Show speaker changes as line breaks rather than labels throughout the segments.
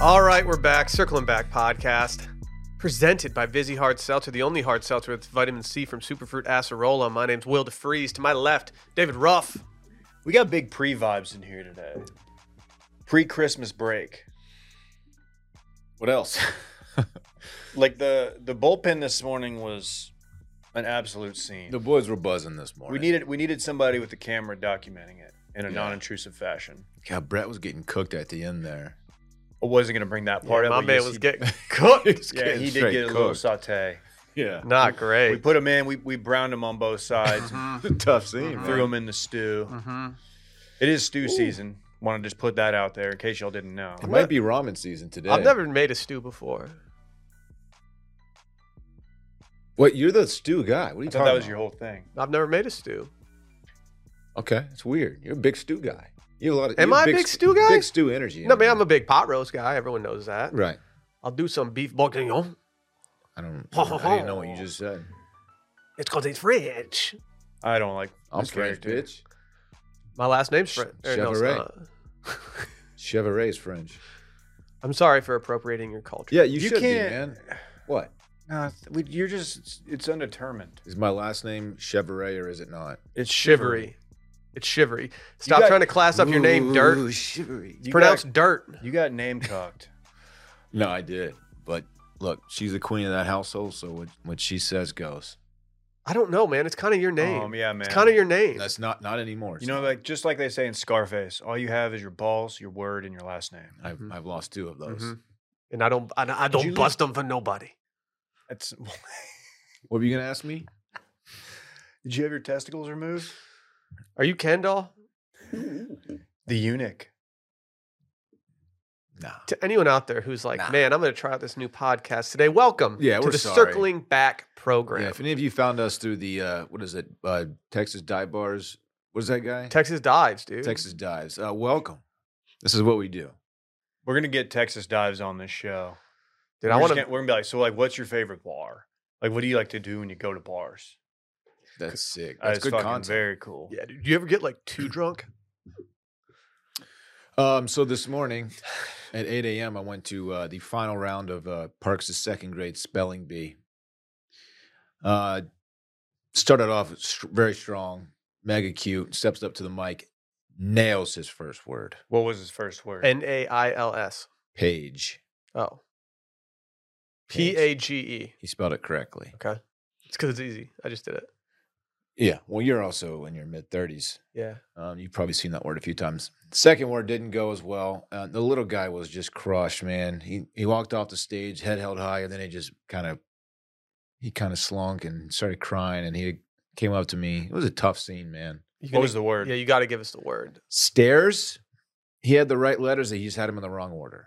All right, we're back. Circling Back podcast presented by Vizzy Hard Seltzer, the only hard seltzer with vitamin C from superfruit acerola. My name's Will DeFreeze. To my left, David Ruff.
We got big pre vibes in here today. Pre Christmas break.
What else?
Like the the bullpen this morning was an absolute scene.
the boys were buzzing this morning.
we needed we needed somebody with a camera documenting it in a
Yeah.
non-intrusive fashion.
God, Brett was getting cooked at the end there.
I wasn't gonna bring that part
Yeah,
up.
my
but
man
yes,
was
he-
getting cooked.
He's
Yeah,
getting
he did
straight
get a little
cooked.
saute.
Yeah,
Not
We
great.
put him in. We, we browned him on both sides.
Mm-hmm. tough scene. man.
threw him in the stew.
Mm-hmm.
It is stew season. Want to just put that out there in case y'all didn't know.
It might be ramen season today.
I've never made a stew before.
What you're the stew guy? What are you
I
talking
thought that was
about?
your whole thing.
I've never made a stew.
Okay, it's weird. You're a big stew guy. You have a lot of.
Am
you have
I a big stew guy?
Big stew energy.
No, man, I'm a big pot roast guy. Everyone knows that.
right.
I'll do some beef bourguignon.
I don't.
Ho,
I
ho,
didn't know
ho.
what you just said.
It's called it's French.
I don't like
I'm
this
French,
character.
bitch.
My last name's French.
Chevrolet.
Uh,
Chevrolet's French.
I'm sorry for appropriating your culture.
Yeah, you,
You
should
can't-
be, man. What
No, it's- we- you're just it's, it's undetermined.
is my last name Chevrolet or is it not?
It's
Shivery. It's shivery. Stop
got-
trying to class up your name, dirt.
Ooh, Chivalry.
You
Pronounce
got,
dirt.
you got name cocked.
No, I did. But look, she's the queen of that household, so what, what she says goes.
I don't know, man. It's kind of your name.
Um, yeah, man.
It's kind of your name.
That's not not anymore.
you know, like just like they say in Scarface, all you have is your balls, your word, and your last name.
I've, I've lost two of those.
Mm-hmm.
Mhm. And I don't, I, I
you
don't
leave-
bust them for nobody.
That's.
What were you gonna ask me?
Did you have your testicles removed?
Are you Kendall?
The eunuch.
Nah.
To anyone out there who's like,
Nah.
man, I'm going to try out this new podcast today. Welcome
Yeah,
to
we're
the
sorry.
Circling Back program.
Yeah, if any of you found us through the uh, what is it? Uh, Texas Dive Bars. What is that guy?
Texas dives, dude.
Texas Dives. Uh, welcome. This is what we do.
We're gonna get Texas dives on this show.
dude.
we're
I
just
want
gonna- We're gonna be like, so like, what's your favorite bar? Like, what do you like to do when you go to bars?
That's sick.
Uh,
That's
it's
good
fucking
content.
Very cool.
Yeah, dude. Do you ever get like too drunk?
Um, so this morning at 8 a.m., I went to uh, the final round of uh, Parks' second grade spelling bee. Uh, started off s- very strong, mega cute, steps up to the mic, nails his first word
What was his first word?
N A I L S.
page.
Oh. P A G E.
He spelled it correctly.
Okay. It's because it's easy. I just did it.
Yeah. Well, you're also in your mid 30s.
Yeah.
Um, you've probably seen that word a few times. Second word didn't go as well. Uh, the little guy was just crushed, man. He he walked off the stage, head held high, and then he just kind of he kind of slunk and started crying. And he came up to me. It was a tough scene, man.
You
what
gonna-
was the word?
Yeah, you got to give us the word.
Stairs. He had the right letters. They just had him in the wrong order.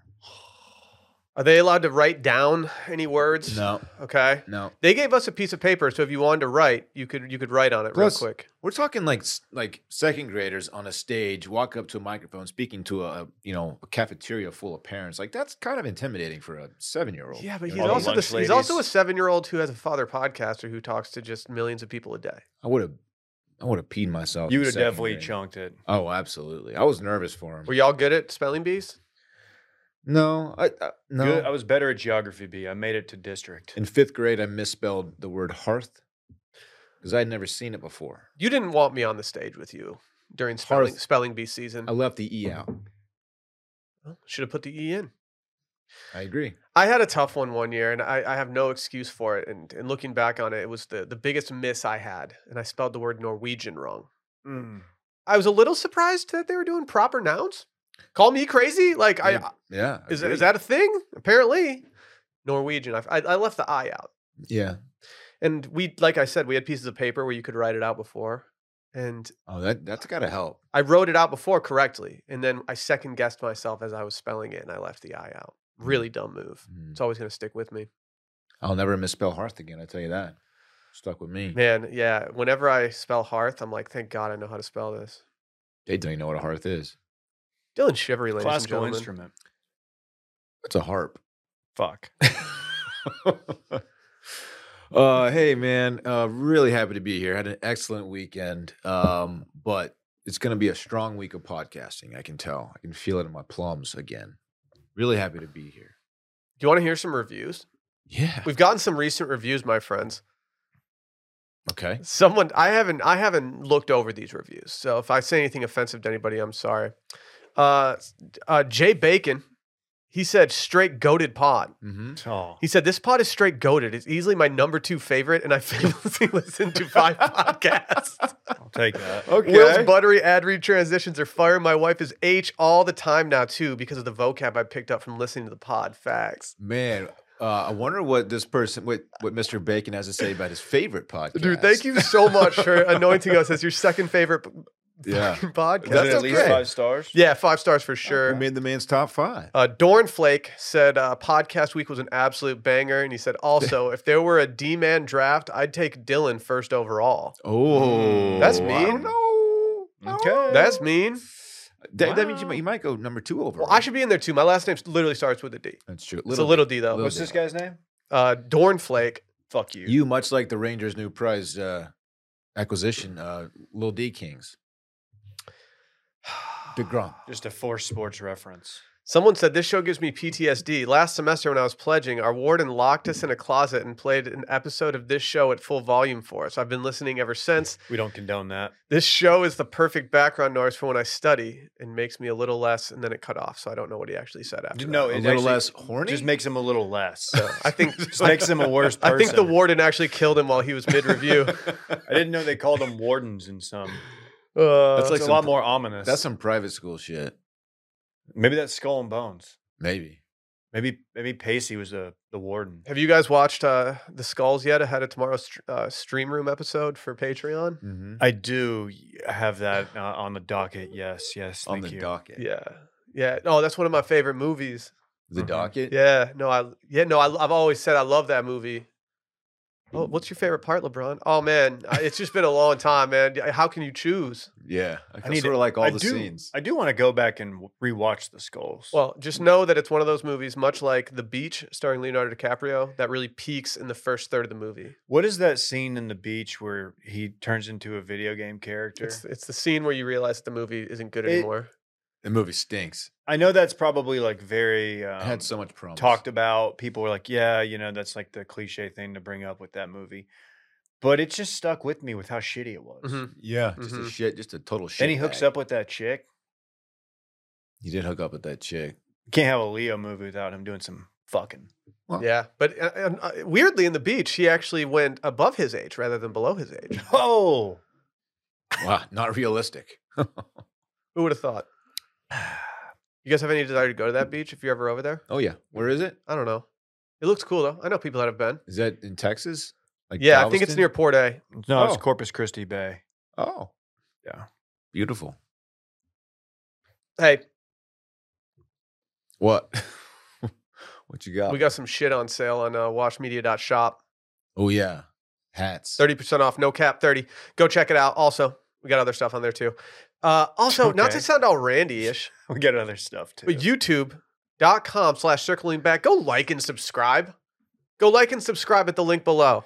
Are they allowed to write down any words?
No,
Okay.
no.
They gave us a piece of paper, so if you wanted to write, you could you could write on it
Plus-
real quick.
We're talking like s- like second graders on a stage, walk up to a microphone, speaking to a, a, you know a cafeteria full of parents. Like that's kind of intimidating for a seven year old.
Yeah, but he's
all the
also
lunch
the, he's also a
ladies.
seven year old who has a father podcaster who talks to just millions of people a day.
I would have, I would have peed myself.
you
in
would have
Oh, second
definitely
grade.
chunked it.
Oh, absolutely. I was nervous for him.
Were y'all good at spelling bees?
no, I, I no.
Good-
uh
I was better at geography B. I made it to district.
in fifth grade, I misspelled the word hearth because I had never seen it before.
You didn't want me on the stage with you during spelling
Hearth.
spelling bee season.
I left the e out.
Should have put the e in.
I agree.
I had a tough one one year, and I, I have no excuse for it. And, and looking back on it, it was the, the biggest miss I had. And I spelled the word Norwegian wrong.
Mm.
I was a little surprised that they were doing proper nouns. Call me crazy? Like, I, uh,
Yeah, yeah.
Is,
agreed.
is that a thing? Apparently, Norwegian. I, I I left the I out,
Yeah.
and we like I said, we had pieces of paper where you could write it out before, and
Oh, that that's gotta help.
I wrote it out before correctly, and then I second guessed myself as I was spelling it, and I left the I out. Really dumb move.
Mm.
It's always gonna stick with me,
I'll never misspell hearth again. I tell you that. Stuck with me.
man. Yeah, whenever I spell hearth, I'm like, thank God I know how to spell this.
They don't even know what a hearth is.
Dylan Shivery, ladies
Classical
and gentlemen.
instrument.
It's a harp.
Fuck.
uh, hey man, uh, really happy to be here. Had an excellent weekend, um, but it's going to be a strong week of podcasting. I can tell. I can feel it in my plums again. Really happy to be here.
Do you want to hear some reviews?
Yeah.
We've gotten some recent reviews, my friends.
Okay.
Someone I haven't I haven't looked over these reviews, so if I say anything offensive to anybody, I'm sorry. Uh, uh, Jay Bacon, he said straight goaded pod.
Mm-hmm.
Oh.
He said, This pod is straight goaded. It's easily my number two favorite, and I famously listen to five podcasts.
I'll take that.
Will's buttery ad read transitions are fire. My wife is H all the time now, too, because of the vocab I picked up from listening to the pod. Facts.
Man, uh, I wonder what this person, what, what Mr. Bacon has to say about his favorite podcast.
Dude, thank you so much for anointing us as your second favorite p-
Yeah.
podcast.
Is it at
That's
least
okay.
five stars?
Yeah, five stars for
We
sure.
made the man's top five.
Uh, Dornflake said uh, podcast week was an absolute banger, and he said also if there were a D man draft, I'd take Dylan first overall.
Oh,
That's
I
mean.
don't know. I don't
Okay.
know.
That's mean.
That, that means you
Wow.
might, you might go number two over.
Well, I should be in there too. My last name literally starts with a D.
That's true.
it's a little D, though.
Little
What's this guy's name?
Uh, Dornflake.
Fuck
bit. You much like the Rangers' new prize uh, acquisition, uh, Little D Kings, Degrom.
Just a forced sports reference.
Someone said this show gives me PTSD. Last semester when I was pledging, our warden locked us in a closet and played an episode of this show at full volume for us. I've been listening ever since.
We don't condone that.
This show is the perfect background noise for when I study and makes me a little less. And then it cut off, so I don't know what he actually said after.
No,
that. Oh,
A
Oh, it
little
actually
less horny.
just makes him a little less.
So I think
just makes him a worse person.
I think the warden actually killed him while he was mid-review.
I didn't know they called them wardens in some.
Uh,
It's
That's like
a
some
lot
pr-
more ominous.
That's some private school shit.
maybe that's skull and bones.
Maybe.
Maybe maybe Pacey was the the warden.
have you guys watched uh, the Skulls yet ahead of tomorrow's str- uh, stream room episode for Patreon?
Mm-hmm.
I do have that uh, on the docket. Yes, yes.
On
thank
the
you.
docket.
Yeah. Yeah. No, that's one of my favorite movies.
The
Mhm.
docket.
Yeah. No, I yeah, no, I, have always said I love that movie. Oh, what's your favorite part, LeBron? Oh man, I- it's just been a long time, man. Y- How can you choose?
Yeah. I,
need
sort of like all
I
the
do,
scenes.
I do want to go back and w- rewatch the skulls.
Well, just know that it's one of those movies, much like The Beach, starring Leonardo DiCaprio, that really peaks in the first third of the movie.
what is that scene in the beach where he turns into a video game character?
It's it's the scene where you realize that the movie isn't good
It-
anymore.
the movie stinks.
I know that's probably like very um,
it had so much promise.
talked about. People were like, "Yeah, you know, that's like the cliche thing to bring up with that movie," but it just stuck with me with how shitty it was.
Mhm.
Yeah. Just a
Mhm.
shit. Just a total shit.
Then Mm-hmm. he hooks
bag.
up with that chick.
He did hook up with that chick.
Can't have a Leo movie without him doing some fucking.
Well-
Yeah, but uh, and, uh, weirdly, in The Beach, he actually went above his age rather than below his age.
Oh,
Wow. Not realistic.
Who would have thought? You guys have any desire to go to that beach if you're ever over there?
Oh yeah. Where is it?
I don't know. It looks cool though. I know people that have been.
Is that in Texas? Like
yeah, I think it's
Galveston?
near Port A.
no, it's
Oh.
Corpus Christi Bay.
Oh.
Yeah.
Beautiful.
Hey,
What? what you got?
we got some shit on sale on uh, washmedia.shop.
Oh yeah. Hats.
30% off, no cap 30. Go check it out. Also, we got other stuff on there too. Uh, also, not to
Okay.
sound all randy-ish,
We got other stuff too.
but youtube.com slash circling back. Go like and subscribe. Go like and subscribe at the link below.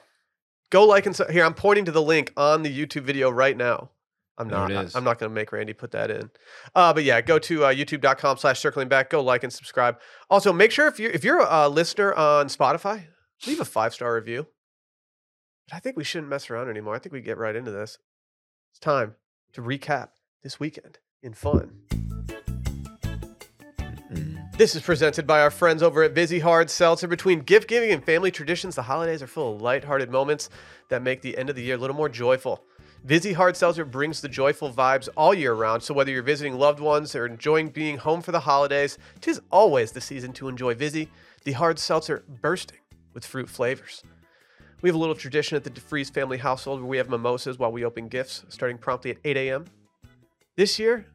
Go like and su- here, I'm pointing to the link on the YouTube video right now. I'm
There
not.
it
I-
is.
I'm not going to make Randy put that in. Uh, but yeah, go to uh, youtube.com slash circling back. Go like and subscribe. Also, make sure if you're, if you're a listener on Spotify, leave a five star review. But I think we shouldn't mess around anymore. I think we get right into this. It's time to recap this weekend in fun.
Mm.
This is presented by our friends over at Busy Hard Seltzer. Between gift giving and family traditions, the holidays are full of lighthearted moments that make the end of the year a little more joyful. Vizzy Hard Seltzer brings the joyful vibes all year round, so whether you're visiting loved ones or enjoying being home for the holidays, tis always the season to enjoy Vizzy, the hard seltzer bursting with fruit flavors. We have a little tradition at the DeFries family household where we have mimosas while we open gifts, starting promptly at 8 a.m. This year,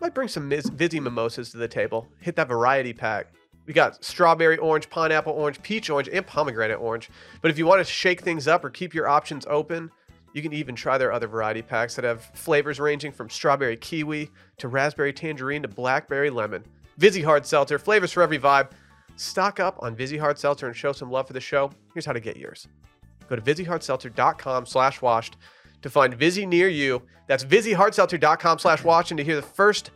might bring some Miz- Vizzy mimosas to the table. Hit that variety pack. We got strawberry orange, pineapple orange, peach orange, and pomegranate orange. But if you want to shake things up or keep your options open, you can even try their other variety packs that have flavors ranging from strawberry kiwi to raspberry tangerine to blackberry lemon. Vizzy Hard Seltzer, flavors for every vibe. Stock up on Vizzy Hard Seltzer and show some love for the show. Here's how to get yours. Go to VizzyHardSeltzer.com slash washed to find Vizzy near you. That's VizzyHardSeltzer.com slash washed and to hear the first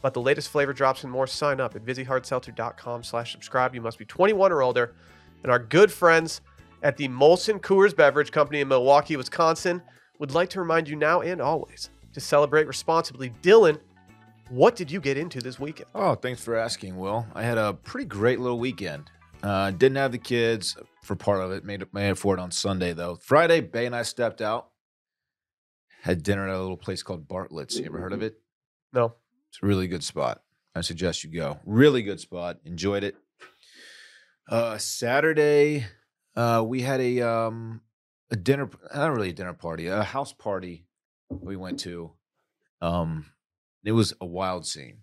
about the latest flavor drops and more. Sign up at VizzyHardSeltzer.com slash subscribe. You must be 21 or older. And our good friends at the Molson Coors Beverage Company in Milwaukee, Wisconsin, would like to remind you now and always to celebrate responsibly. Dylan, what did you get into this weekend?
Oh, thanks for asking, Will. I had a pretty great little weekend. Uh, didn't have the kids for part of it. Made made it for it on Sunday though. Friday, Bay and I stepped out. Had dinner at a little place called Bartlett's. You ever heard of it?
No.
It's a really good spot. I suggest you go. Really good spot. Enjoyed it. Uh, Saturday, uh, we had a um, a dinner. Not really a dinner party. A house party we went to. Um, it was a wild scene.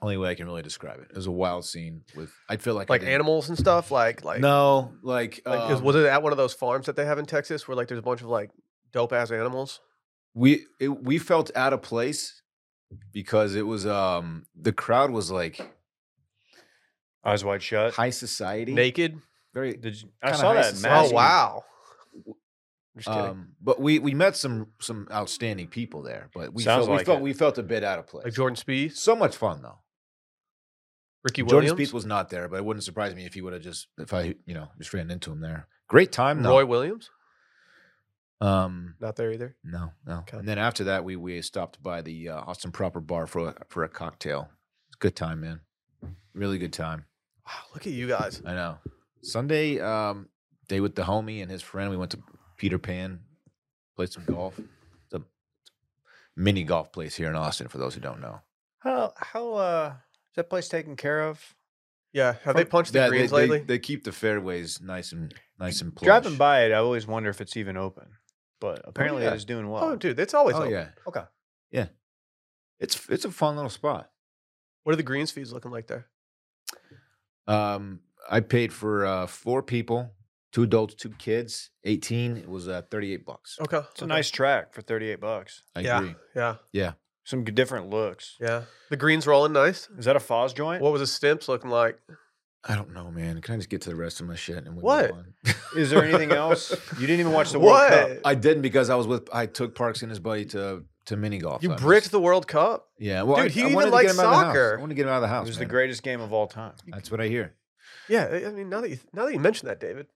Only way I can really describe it. It was a wild scene with. I feel like I
Like
didn't-
animals and stuff? Like, like,
no, like,
like is-
um,
was it at one of those farms that they have in Texas where like there's a bunch of like dope ass animals?
we it, we felt out of place because it was um the crowd was like
Eyes wide shut.
high society,
Naked?
very.
Did you, I
Kinda
saw
high
that.
society.
Oh,
mask.
Imagine-
wow. Just kidding.
Um, but we we met some some outstanding people there, but we
Sounds
felt, we
like
felt
it.
we felt a bit out of place.
like Jordan Spieth,
so much fun though.
Ricky
Jordan
Williams,
Spieth was not there, but it wouldn't surprise me if he would have just if I you know just ran into him there. Great time though.
Roy Williams.
um,
Not there either.
no, no.
Okay.
And then after that, we we stopped by the uh, Austin Proper Bar for a, for a cocktail. Good time, man. Really good time.
Wow, look at you guys.
I know. Sunday, um, day with the homie and his friend. We went to Peter Pan, played some golf. It's a mini golf place here in Austin. For those who don't know,
How how uh is that place taken care of?
Yeah, have they
From-
punched the
Yeah,
greens
they, they-
lately?
They, keep the fairways nice and nice and plush.
Driving by it, I always wonder if it's even open. But apparently
yeah.
it is doing well.
oh, dude, it's always.
Oh
open.
yeah.
Okay.
Yeah. It's it's a fun little spot.
What are the greens fees looking like there?
Um, I paid for uh, four people, two adults, two kids, eighteen. It was uh, thirty eight bucks.
Okay,
It's a nice track for 38 bucks.
I
yeah,
agree.
yeah,
Some g- different looks.
yeah. The greens rolling nice.
Is that a Foz joint?
What was the stimps looking like?
I don't know, man. Can I just get to the rest of my shit and we move
What?
on?
Is there anything else? You didn't even watch the World Cup.
What?
I didn't because I was with I took Parks and his buddy to to mini golf.
You
I was-
bricked the World Cup.
Yeah, well, I-
Dude, he
I
even
wanted to get
likes
him out of the house.
soccer.
I want to get him out of the
It
house.
was the
man.
greatest game of all time.
That's what I hear.
Yeah, I- I mean, now that you now that you mention that, David,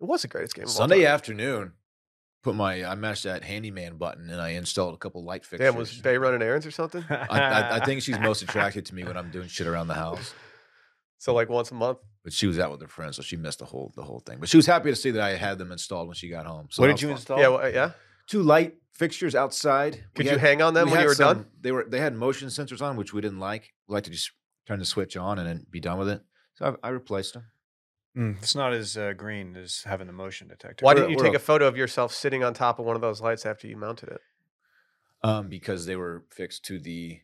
it was the greatest game. Of all
Sunday
time.
afternoon, put my I mashed that handyman button and I installed a couple light fixtures.
Damn, was Bay running errands or something?
I, I, I think she's most attracted to me when I'm doing shit around the house.
So like once a month.
But she was out with her friends, so she missed the whole the whole thing. But she was happy to see that I had them installed when she got home. So
what
that
did you
was
install?
fun.
Yeah, well, yeah.
Two light fixtures outside. We
Could you
had-
hang on them
we
when you
had
were
some-
done?
They were they had motion sensors on, which we didn't like. We like to just turn the switch on and then be done with it. So I, I replaced them.
Mm, it's not as uh, green as having the motion detector.
Why
We're-
didn't you
we're
take a
up.
photo of yourself sitting on top of one of those lights after you mounted it?
um, because they were fixed to the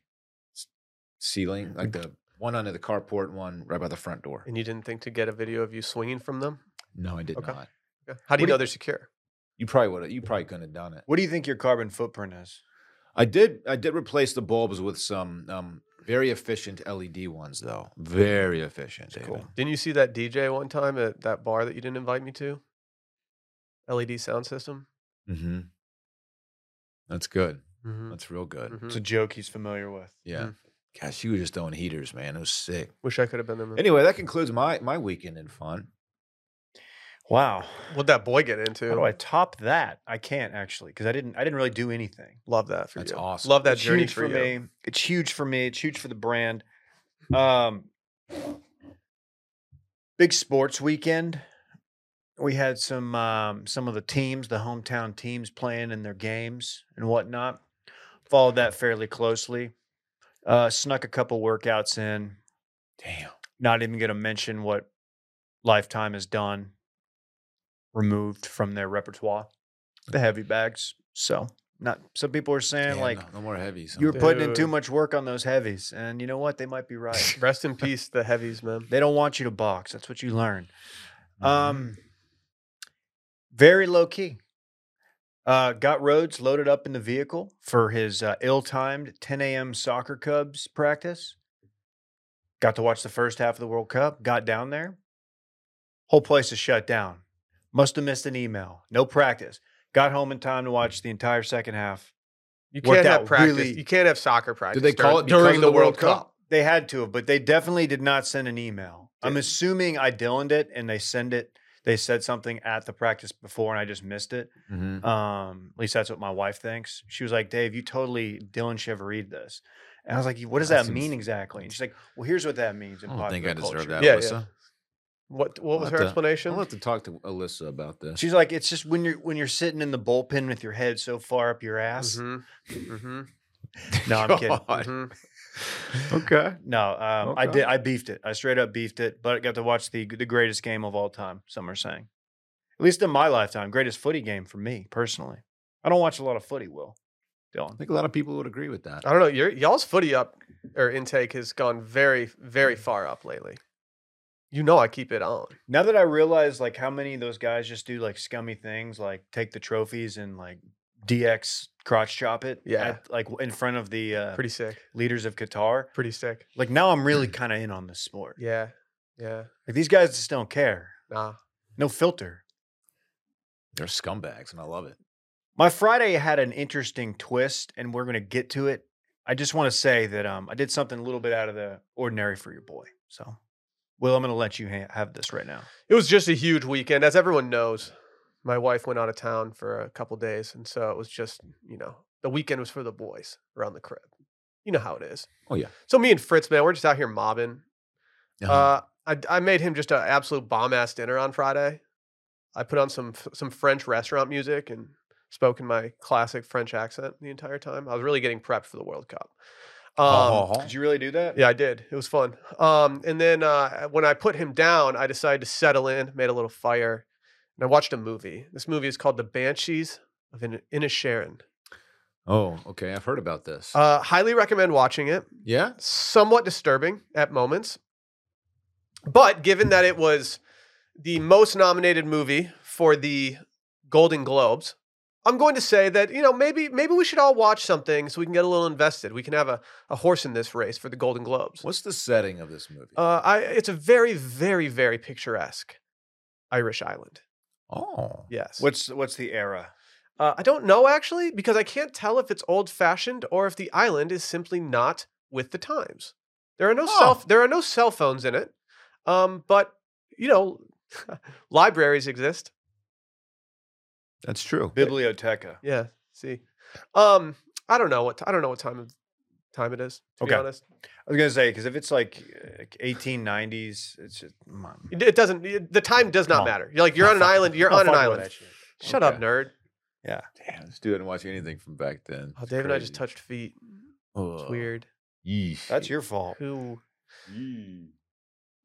s-
Mm-hmm.
ceiling, like the one under the carport, one right by the front door.
And you didn't think to get a video of you swinging from them?
No, I did
Okay.
not.
Yeah. How do you
What do
know
you-
they're secure?
You probably would. have You probably couldn't have done it.
What do you think your carbon footprint is?
I did. I did replace the bulbs with some um, very efficient LED ones, though. Very efficient.
That's cool.
David.
Didn't you see that DJ one time at that bar that you didn't invite me to? LED sound system.
Mm-hmm. That's good.
Mm-hmm. Mm.
That's real good.
It's a joke he's familiar with.
Yeah. Gosh, she was just throwing heaters, man. It was sick.
Wish I could have been there. man.
Anyway, that concludes my my weekend in fun.
Wow.
What'd that boy get into?
How do I top that? I can't actually because I didn't. I didn't really do anything.
Love that for
That's
you.
awesome.
Love that
it's
journey
huge
for,
for,
you.
me. It's huge for me. It's huge for the brand. Um, big sports weekend. We had some um, some of the teams, the hometown teams, playing in their games and whatnot. Followed that fairly closely. Uh, snuck a couple workouts in.
Damn.
Not even going to mention what Lifetime has done. Removed from their repertoire, the heavy bags. So, not some people are saying
Damn,
like
no, no more heavies.
you were putting in too
Dude.
much work on those heavies, and you know what? They might be right.
Rest in peace, the heavies, man.
they don't want you to box. That's what you learn.
Mhm.
Um, very low key. Uh, got Rhodes loaded up in the vehicle for his uh, ill-timed 10 a.m. soccer Cubs practice. Got to watch the first half of the World Cup. Got down there. Whole place is shut down. Must have missed an email. No practice. Got home in time to watch the entire second half.
You
Worked
can't have
out
practice.
really-
You can't have soccer practice.
Did they call it
during,
because of
the World Cup?
They had to have, but they definitely did not send an email. I'm assuming I Dylan'd it and they send it. They said something at the practice before and I just missed it.
Mm-hmm.
Um, at least that's what my wife thinks. She was like, Dave, you totally Dylan Cheveried this. And I was like, what does
That
that,
seems-
mean exactly? And she's like, well, here's what that means.
I
In
don't think
popular
I deserve
culture."
that,
Yeah, yeah.
Alyssa.
What What was her
I'll have to-
explanation?
I'll have to talk to Alyssa about this.
She's like, it's just when you're when you're sitting in the bullpen with your head so far up your ass.
Mm-hmm. Mm-hmm.
No, I'm kidding. Mm-hmm.
God.
hmm
Okay.
No, um, I
Okay.
did. I beefed it. I straight up beefed it. But I got to watch the the greatest game of all time. Some are saying, at least in my lifetime, greatest footy game for me personally. I don't watch a lot of footy. Will
I
Dylan?
think a lot of people would agree with that.
Uh,
I don't know. Your y'all's footy up or intake has gone very,
Mm.
very far up lately. You know, I keep it on.
Now that I realize like how many of those guys just do like scummy things, like take the trophies and like DX crotch chop it.
Yeah.
at- like in front of the uh,
Pretty sick.
leaders of Qatar.
Pretty sick.
Like now, I'm really kind of in on the sport.
Yeah. Yeah.
Like these guys just don't care.
Nah.
No filter.
They're scumbags, and I love it.
My Friday had an interesting twist, and we're going to get to it. I just want to say that um, I did something a little bit out of the ordinary for your boy. So, Will, I'm going to let you ha- have this right now.
It was just a huge weekend, as everyone knows. My wife went out of town for a couple days, and so it was just you know the weekend was for the boys around the crib. You know how it is.
Oh, yeah.
So me and Fritz, man, we're just out here mobbing.
Uh-huh.
Uh, I, I made him just an absolute bomb ass dinner on Friday. I put on some f- some French restaurant music and spoke in my classic French accent the entire time. I was really getting prepped for the World Cup. Um,
Uh-huh.
Did you really do that?
Yeah, I did. It was fun. Um, and then uh, when I put him down, I decided to settle in, made a little fire, and I watched a movie. This movie is called The Banshees of In- Inisherin.
Oh, okay. I've heard about this.
Uh, highly recommend watching it.
yeah.
somewhat disturbing at moments. But given that it was the most nominated movie for the Golden Globes, I'm going to say that, you know, maybe maybe we should all watch something so we can get a little invested. We can have a, a horse in this race for the Golden Globes.
What's the setting of this movie?
Uh, I, it's a very, very, very picturesque Irish island.
oh.
Yes.
What's What's the era?
Uh, I don't know actually, because I can't tell if it's old fashioned or if the island is simply not with the times. There are no
Huh.
cell there are no cell phones in it, um, but you know, libraries exist.
That's true.
Biblioteca.
Yeah, see, um, I don't know what I don't know what time of time it is. To be
Okay.
honest,
I was going to say because if it's like uh, 1890s, it's just come on.
it, it doesn't. it- the time does
Come
not
on.
matter. You're like you're on an island. You're
I'll
on an
fuck with
island.
that shit.
Shut up,
Okay.
nerd.
Damn, this dude didn't watch anything from back then.
Oh,
It's
Dave and I just
crazy.
touched feet. It's
Ugh.
weird.
Yeesh.
That's your fault.
Who?
Yee.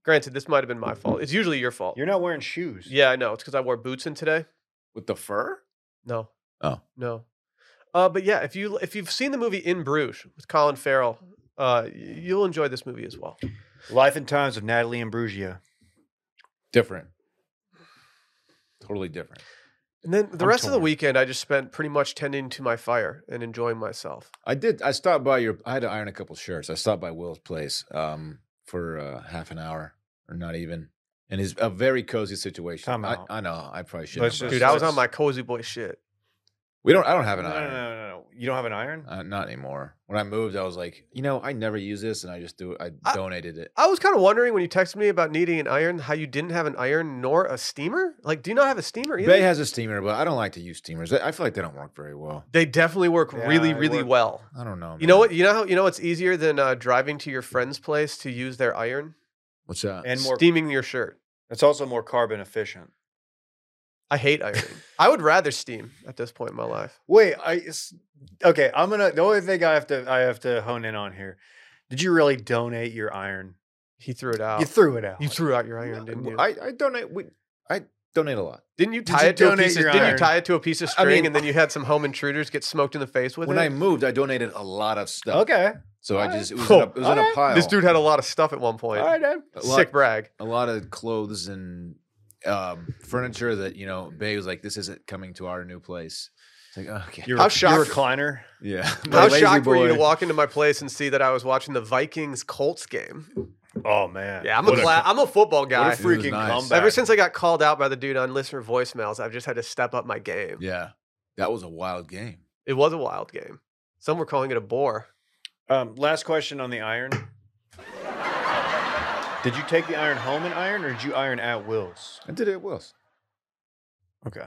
Granted, this might have been my fault. It's usually your fault.
You're not wearing shoes.
yeah, I know. It's because I wore boots in today.
with the fur.
No.
Oh.
No. Uh, but yeah, if you if you've seen the movie In Bruges with Colin Farrell, uh, y- you'll enjoy this movie as well.
Life and Times of Natalie Imbruglia.
Different. Totally different.
And then the
I'm
rest of the
torn.
weekend, I just spent pretty much tending to my fire and enjoying myself.
I did. I stopped by your. I had to iron a couple shirts. I stopped by Will's place um, for uh, half an hour or not even, and it's a very cozy situation.
Time
I,
out.
I know. I probably should.
Let's
not
Dude,
just-
I was on my cozy boy shit.
We don't. I don't have
No,
an
no, no,
iron.
no, no. You don't have an iron?
Uh, not anymore. When I moved, I was like, you know, I never use this, and I just do. I
I-
donated it.
I was kind of wondering when you texted me about needing an iron, how you didn't have an iron nor a steamer. Like, do you not have a steamer either?
Bay has a steamer, but I don't like to use steamers. I I feel like they don't work very well.
they definitely work
Yeah,
really,
they
really
work. Oh,
well.
I don't know.
You know
man.
what? You know how you know it's easier than uh, driving to your friend's place to use their iron,
What's that?
And more.
steaming your shirt.
It's also more carbon efficient.
I hate ironing. I would rather steam at this point in my life.
Wait, I it's- okay. I'm gonna. The only thing I have to I have to hone in on here. Did you really donate your iron?
He threw it out. Oh.
You
You,
threw it out.
threw out your iron, didn't you?
I, I donate. We, I donate a lot.
didn't you
Did
tie
you
it to a
donate
piece of,
your
Didn't you
iron?
tie it to a piece of
I
string,
mean-
and then you had some home intruders get smoked in the face with
When
it?
I moved, I donated a lot of stuff.
okay.
So I
Alright.
just it was, in a,
Cool.
it was in a
Alright.
pile.
this dude had a lot of stuff at one point.
All right, Dad.
a lot,
Sick brag.
a lot of clothes and um, furniture that you know. Bay was like, "This isn't coming to our new place." It's like, "Oh, okay,
Your,
How
your
shocked-
recliner.
yeah.
How
Lazy
shocked were you to
boy.
walk into my place and see that I was watching the Vikings Colts game?
Oh man.
Yeah, I'm a,
What a-
cla- I'm a football guy.
What a
It was
freaking
nice.
comeback!
Ever since I got called out by the dude on listener voicemails, I've just had to step up my game.
Yeah, that was a wild game.
It was a wild game. Some were calling it a bore.
Um, last question on the iron. did you take the iron home and iron, or did you iron at Will's?
I did it at Will's.
Okay.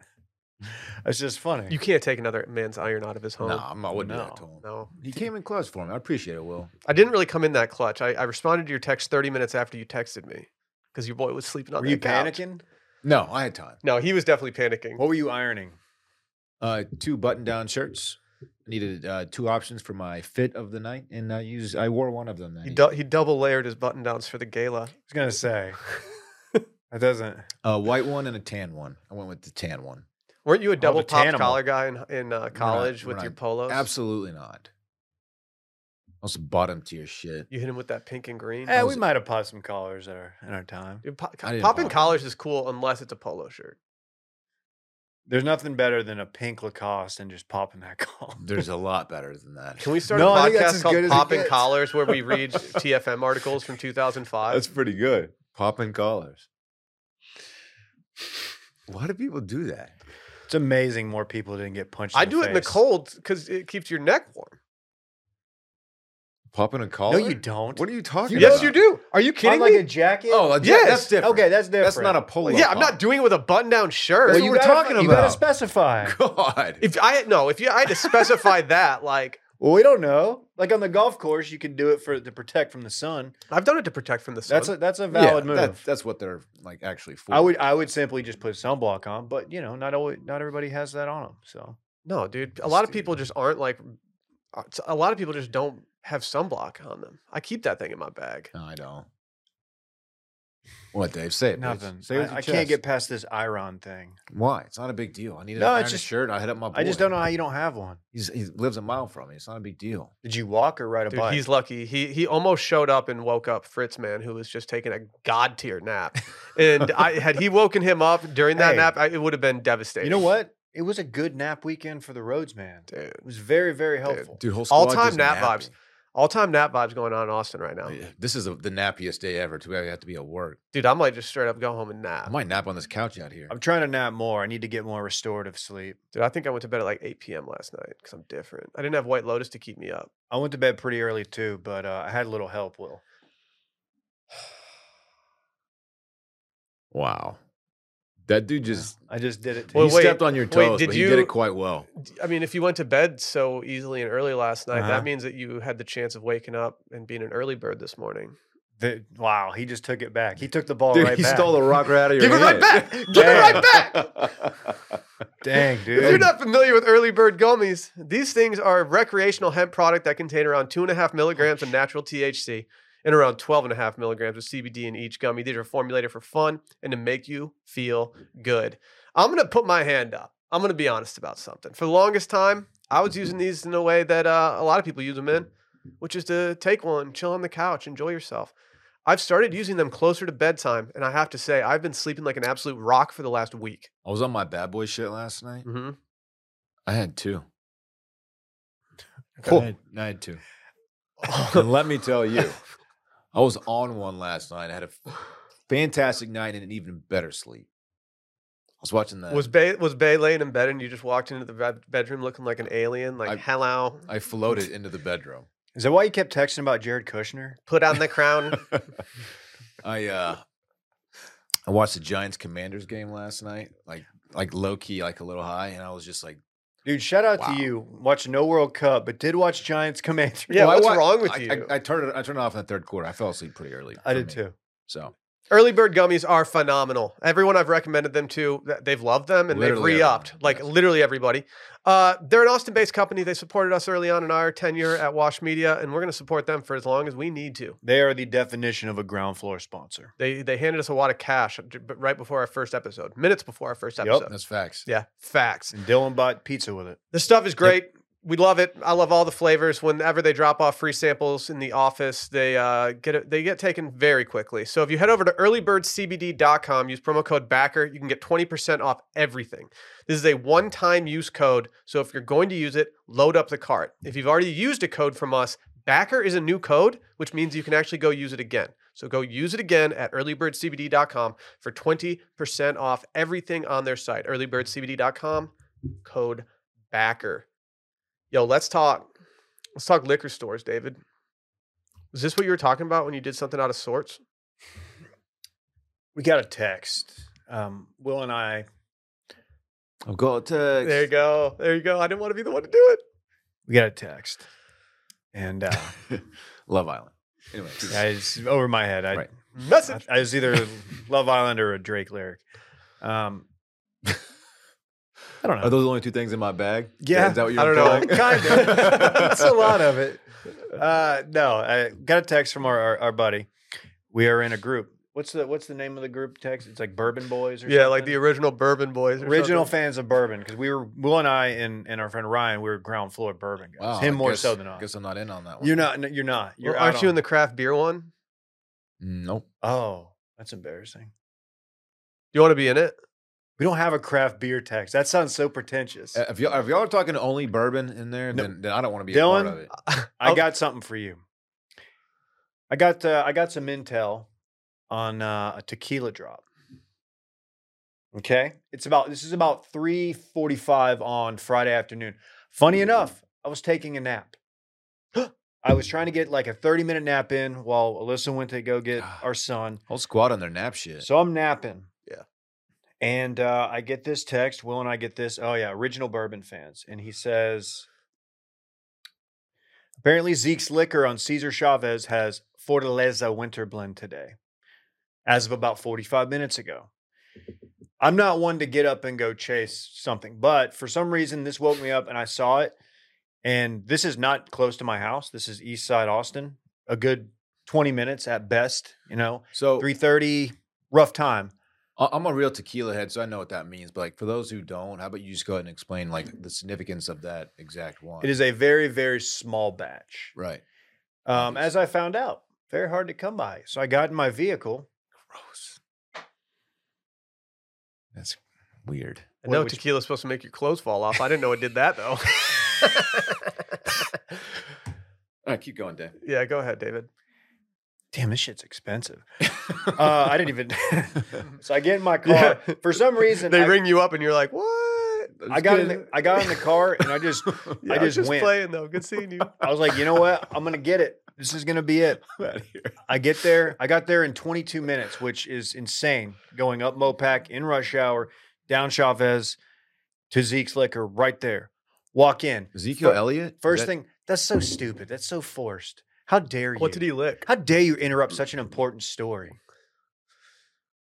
That's just funny.
You can't take another man's iron out of his home.
No, I'm not wouldn't do that to
No,
him.
No.
He came in close for me. I appreciate it, Will.
I didn't really come in that clutch. I, I responded to your text 30 minutes after you texted me because your boy was sleeping on
were
that
you
couch.
panicking?
No, I had time.
No, he was definitely panicking.
What were you ironing?
Uh, two button-down shirts. I needed uh, two options for my fit of the night, and I used I wore one of them. That
He,
evening.
dou he double layered his button downs for the gala.
I was gonna say that doesn't.
a white one and a tan one. I went with the tan one.
Weren't
Oh,
you a double
the
pop
tanimal.
collar guy in, in uh, college
we're
with your
not-
polos?
Absolutely not. Also, bottom tier shit.
You hit him with that pink and green.
Eh,
I
we
was-
might have popped some collars at our in our time.
Dude, pop,
I didn't
popping
bother.
collars is cool unless it's a polo shirt.
There's nothing better than a pink Lacoste and just popping that collar.
There's a lot better than that.
Can we start
No,
a
I think that's
podcast
as
called
good as it
Popping
gets.
Collars where we read TFM articles from 2005?
pretty good. Popping collars. Why do people do that?
It's amazing more people didn't get punched.
I
the
do it in the
face.
cold because it keeps your neck warm.
Popping a
No,
collar?
you don't.
What are you talking
yes,
about?
you do.
Are you
kidding
like
me?
a jacket?
Oh, a-
Yes.
that's different.
okay, that's different.
That's not a polo.
yeah, I'm not doing it with a button-down shirt.
Well, you were
gotta-
talking
You gotta
about.
specify.
God.
if I no, if you, I had to specify that, like
Well, we don't know. Like on the golf course, you could do it for to protect from the sun.
I've done it to protect from the sun.
That's a that's a valid
Yeah,
move.
that- that's what they're like actually for.
I would I would simply just put sunblock on, but you know, not always not everybody has that on them. So
no, dude. A lot of
Stupid.
people just aren't like. uh, A lot of people just don't have sunblock on them. I keep that thing in my bag.
No, I don't. What, Dave? Say it. bitch.
nothing.
Say it with
I,
your
I can't
chest.
get past this iron thing.
Why? It's not a big deal. I needed
No,
an
it's
iron
just-
shirt. I hit up my boy.
I just don't know how you don't have one.
He's, he lives a mile from me. It's not a big deal.
Did you walk or ride a
Dude,
bike?
he's lucky. He he almost showed up and woke up Fritz man, who was just taking a god tier nap. And I had he woken him up during that
Hey.
nap, I, it would have been devastating.
you know what? It was a good nap weekend for the roads, man.
dude?
It was very very
Dude,
helpful.
Dude, whole
All-time
squad just
nap
napping.
All time nap vibes going on in Austin right now,
Oh,
Yeah, This is a, the nappiest day ever. To I have to be at work.
dude. I might just straight up go home and nap,
I might nap on this couch out here.
I'm trying to nap more. I need to get more restorative sleep.
dude. I think I went to bed at like 8 p.m. last night because I'm different. I didn't have White Lotus to keep me up.
I went to bed pretty early too, but uh, I had a little help. Will
Wow, that dude just
I just did it? To
Well,
you.
he
wait,
stepped on your
wait,
toes,
did
but he did
you-
it quite well.
D- I mean, if you went to bed so easily and early last night,
Uh-huh.
that means that you had the chance of waking up and being an early bird this morning.
The- wow, he just took it back. He took the ball right
he
back.
stole the rock right out of your
Give it right back. Give it right back.
back.
Dang, dude.
If you're not familiar with early bird gummies, these things are a recreational hemp product that contain around two and a half milligrams of natural THC and around 12 and a half milligrams of CBD in each gummy. These are formulated for fun and to make you feel good. I'm going to put my hand up. I'm going to be honest about something. For the longest time, I was using these in a way that uh, a lot of people use them in, which is to take one, chill on the couch, enjoy yourself. I've started using them closer to bedtime, and I have to say, I've been sleeping like an absolute rock for the last week.
I was on my bad boy shit last night.
Mm-hmm.
I had two.
Cool.
I, had, I had two. and let me tell you, I was on one last night. I had a fantastic night and an even better sleep. I was watching that.
Was Bay was Bay laying in bed and you just walked into the bed- bedroom looking like an alien? Like
I-
hello,
I floated into the bedroom.
Is that why you kept texting about Jared Kushner?
put on the crown.
I uh I watched the Giants Commanders game last night, like like low key, like a little high, and I was just like,
Dude, shout out
Wow.
to you. Watched no World Cup, but did watch Giants Commanders.
Yeah,
Well,
what's
I wa-
wrong with
I,
you?
I, I turned it, I turned it off in the third quarter. I fell asleep pretty early.
I
for
did
me.
too.
So
Early bird gummies are phenomenal. Everyone I've recommended them to, th- they've loved them and
Literally
they've re-upped.
everyone,
Like
yes.
literally everybody. Uh, they're an Austin-based company. They supported us early on in our tenure at Wash Media, and we're going to support them for as long as we need to.
They are the definition of a ground floor sponsor.
They they handed us a wad of cash uh, j- b- right before our first episode, minutes before our first
Yup.
episode.
that's facts.
Yeah, facts.
And Dylan bought pizza with it.
The stuff is great. We love it. I love all the flavors. Whenever they drop off free samples in the office, they uh, get it, they get taken very quickly. So if you head over to earlybirdcbd.com, use promo code BACKER, you can get 20% off everything. This is a one-time use code, so if you're going to use it, load up the cart. If you've already used a code from us, BACKER is a new code, which means you can actually go use it again. So go use it again at earlybirdcbd.com for 20% off everything on their site. earlybirdcbd.com, code backer. Yo, let's talk. Let's talk liquor stores, David. Is this what you were talking about when you did something out of sorts?
We got a text. Um, Will and I
I've got a text.
There you go. There you go. I didn't want to be the one to do it.
we got a text, and uh,
Love Island. Anyway,
yeah, it's over my head. I,
Right.
I,
Message.
I was either Love Island or a Drake lyric. Um, I don't
are
know.
those the only two things in my bag?
Yeah,
is that what you're
I don't know.
implying?
kind of. It's a lot of it. Uh, no, I got a text from our, our our buddy. We are in a group. What's the What's the name of the group text? It's like Bourbon Boys or
Yeah, like
something?
the original Bourbon Boys. or
original
something.
fans of bourbon because we were Will and I and, and our friend Ryan we were ground floor bourbon guys.
Wow,
Him
I
more
guess-
so than I.
Guess I'm not in on that one.
You're not. no, You're not. You're
Well, aren't
out
you
on-
in the craft beer one? Do
Nope.
Oh, that's embarrassing.
you want to be in it?
We don't have a craft beer text. That sounds so pretentious.
Uh, If y'all, if y'all are talking only bourbon in there,
No.
then, then I don't want to be a
Dylan,
part of it.
I
I'll-
got something for you. I got uh, I got some intel on uh, a tequila drop. Okay, it's about this is about three forty five on Friday afternoon. Funny enough, I was taking a nap. I was trying to get like a thirty minute nap in while Alyssa went to go get our son.
Whole squad on their nap shit.
So I'm napping.
Yeah.
And uh, I get this text. Will and I get this. Oh, yeah. Original bourbon fans. And he says apparently Zeke's liquor on Cesar Chavez has Fortaleza winter blend today as of about 45 minutes ago. I'm not one to get up and go chase something, but for some reason, this woke me up and I saw it. And this is not close to my house. This is East Side Austin, a good 20 minutes at best, you know
So
three thirty, rough time.
I- I'm a real tequila head, so I know what that means. But like for those who don't, how about you just go ahead and explain like the significance of that exact one?
It is a very very small batch.
right.
Um, as I found out, very hard to come by. So I got in my vehicle.
Gross. That's weird.
I
Wait,
know
which-
tequila's supposed to make your clothes fall off. I didn't know it did that though.
All right, keep going, Dan.
yeah, go ahead, David.
Damn, this shit's expensive. Uh, I didn't even. so I get in my car.
Yeah.
For some reason,
They
I,
ring you up and you're like, "What?"
I got in the, I got in the car and I just
Yeah,
I
was
just went.
playing though. Good seeing you.
I was like, you know what? I'm gonna get it. This is gonna be it.
out of here.
I get there. I got there in 22 minutes, which is insane. Going up Mopac in rush hour, down Chavez to Zeke's Liquor, right there. Walk in.
Ezekiel
Fir-
Elliott. Is
First
that-
thing, that's so stupid. That's so forced. How dare you?
What did he lick?
How dare you interrupt such an important story?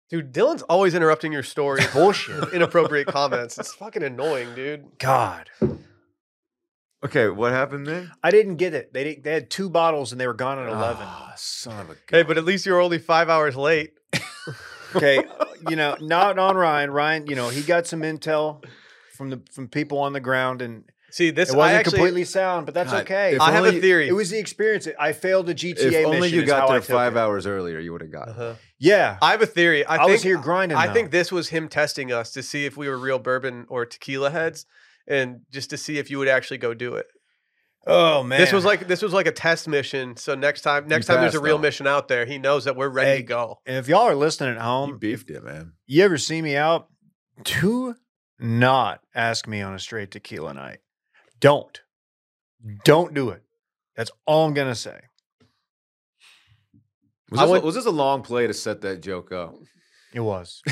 Dude, Dylan's always interrupting your story.
Bullshit.
with Inappropriate comments. It's fucking annoying, dude.
God,
Okay, what happened then?
I didn't get it. They did, they had two bottles and they were gone at 11.
Ah, son of a.
Hey,
gun.
but at least you're only five hours late.
Okay, you know, not on Ryan. Ryan, you know, he got some intel from the from people on the ground, and
See, this
it wasn't
I actually,
completely sound, but that's
God,
okay.
if
I have a
only-
theory.
It was the experience. I failed a GTA
if
mission.
only you
is how
got
I
there
took
five
it.
hours earlier, you would have got. it.
Uh-huh.
Yeah, I,
I have a theory. I, think,
was here grinding.
I
though.
think this was him testing us to see if we were real bourbon or tequila heads, and just to see if you would actually go do it.
Oh man,
This was like this was like a test mission. So next time, next time there's a
passed,
real
though.
mission out there, he knows that we're ready
Hey.
to go.
And if y'all are listening at
you
home,
beefed it, man.
you ever see me out? Do not ask me on a straight tequila night. Don't, don't do it. That's all I'm gonna say.
Was
I
this, a-
went-
was this a long play to set that joke up?
It was.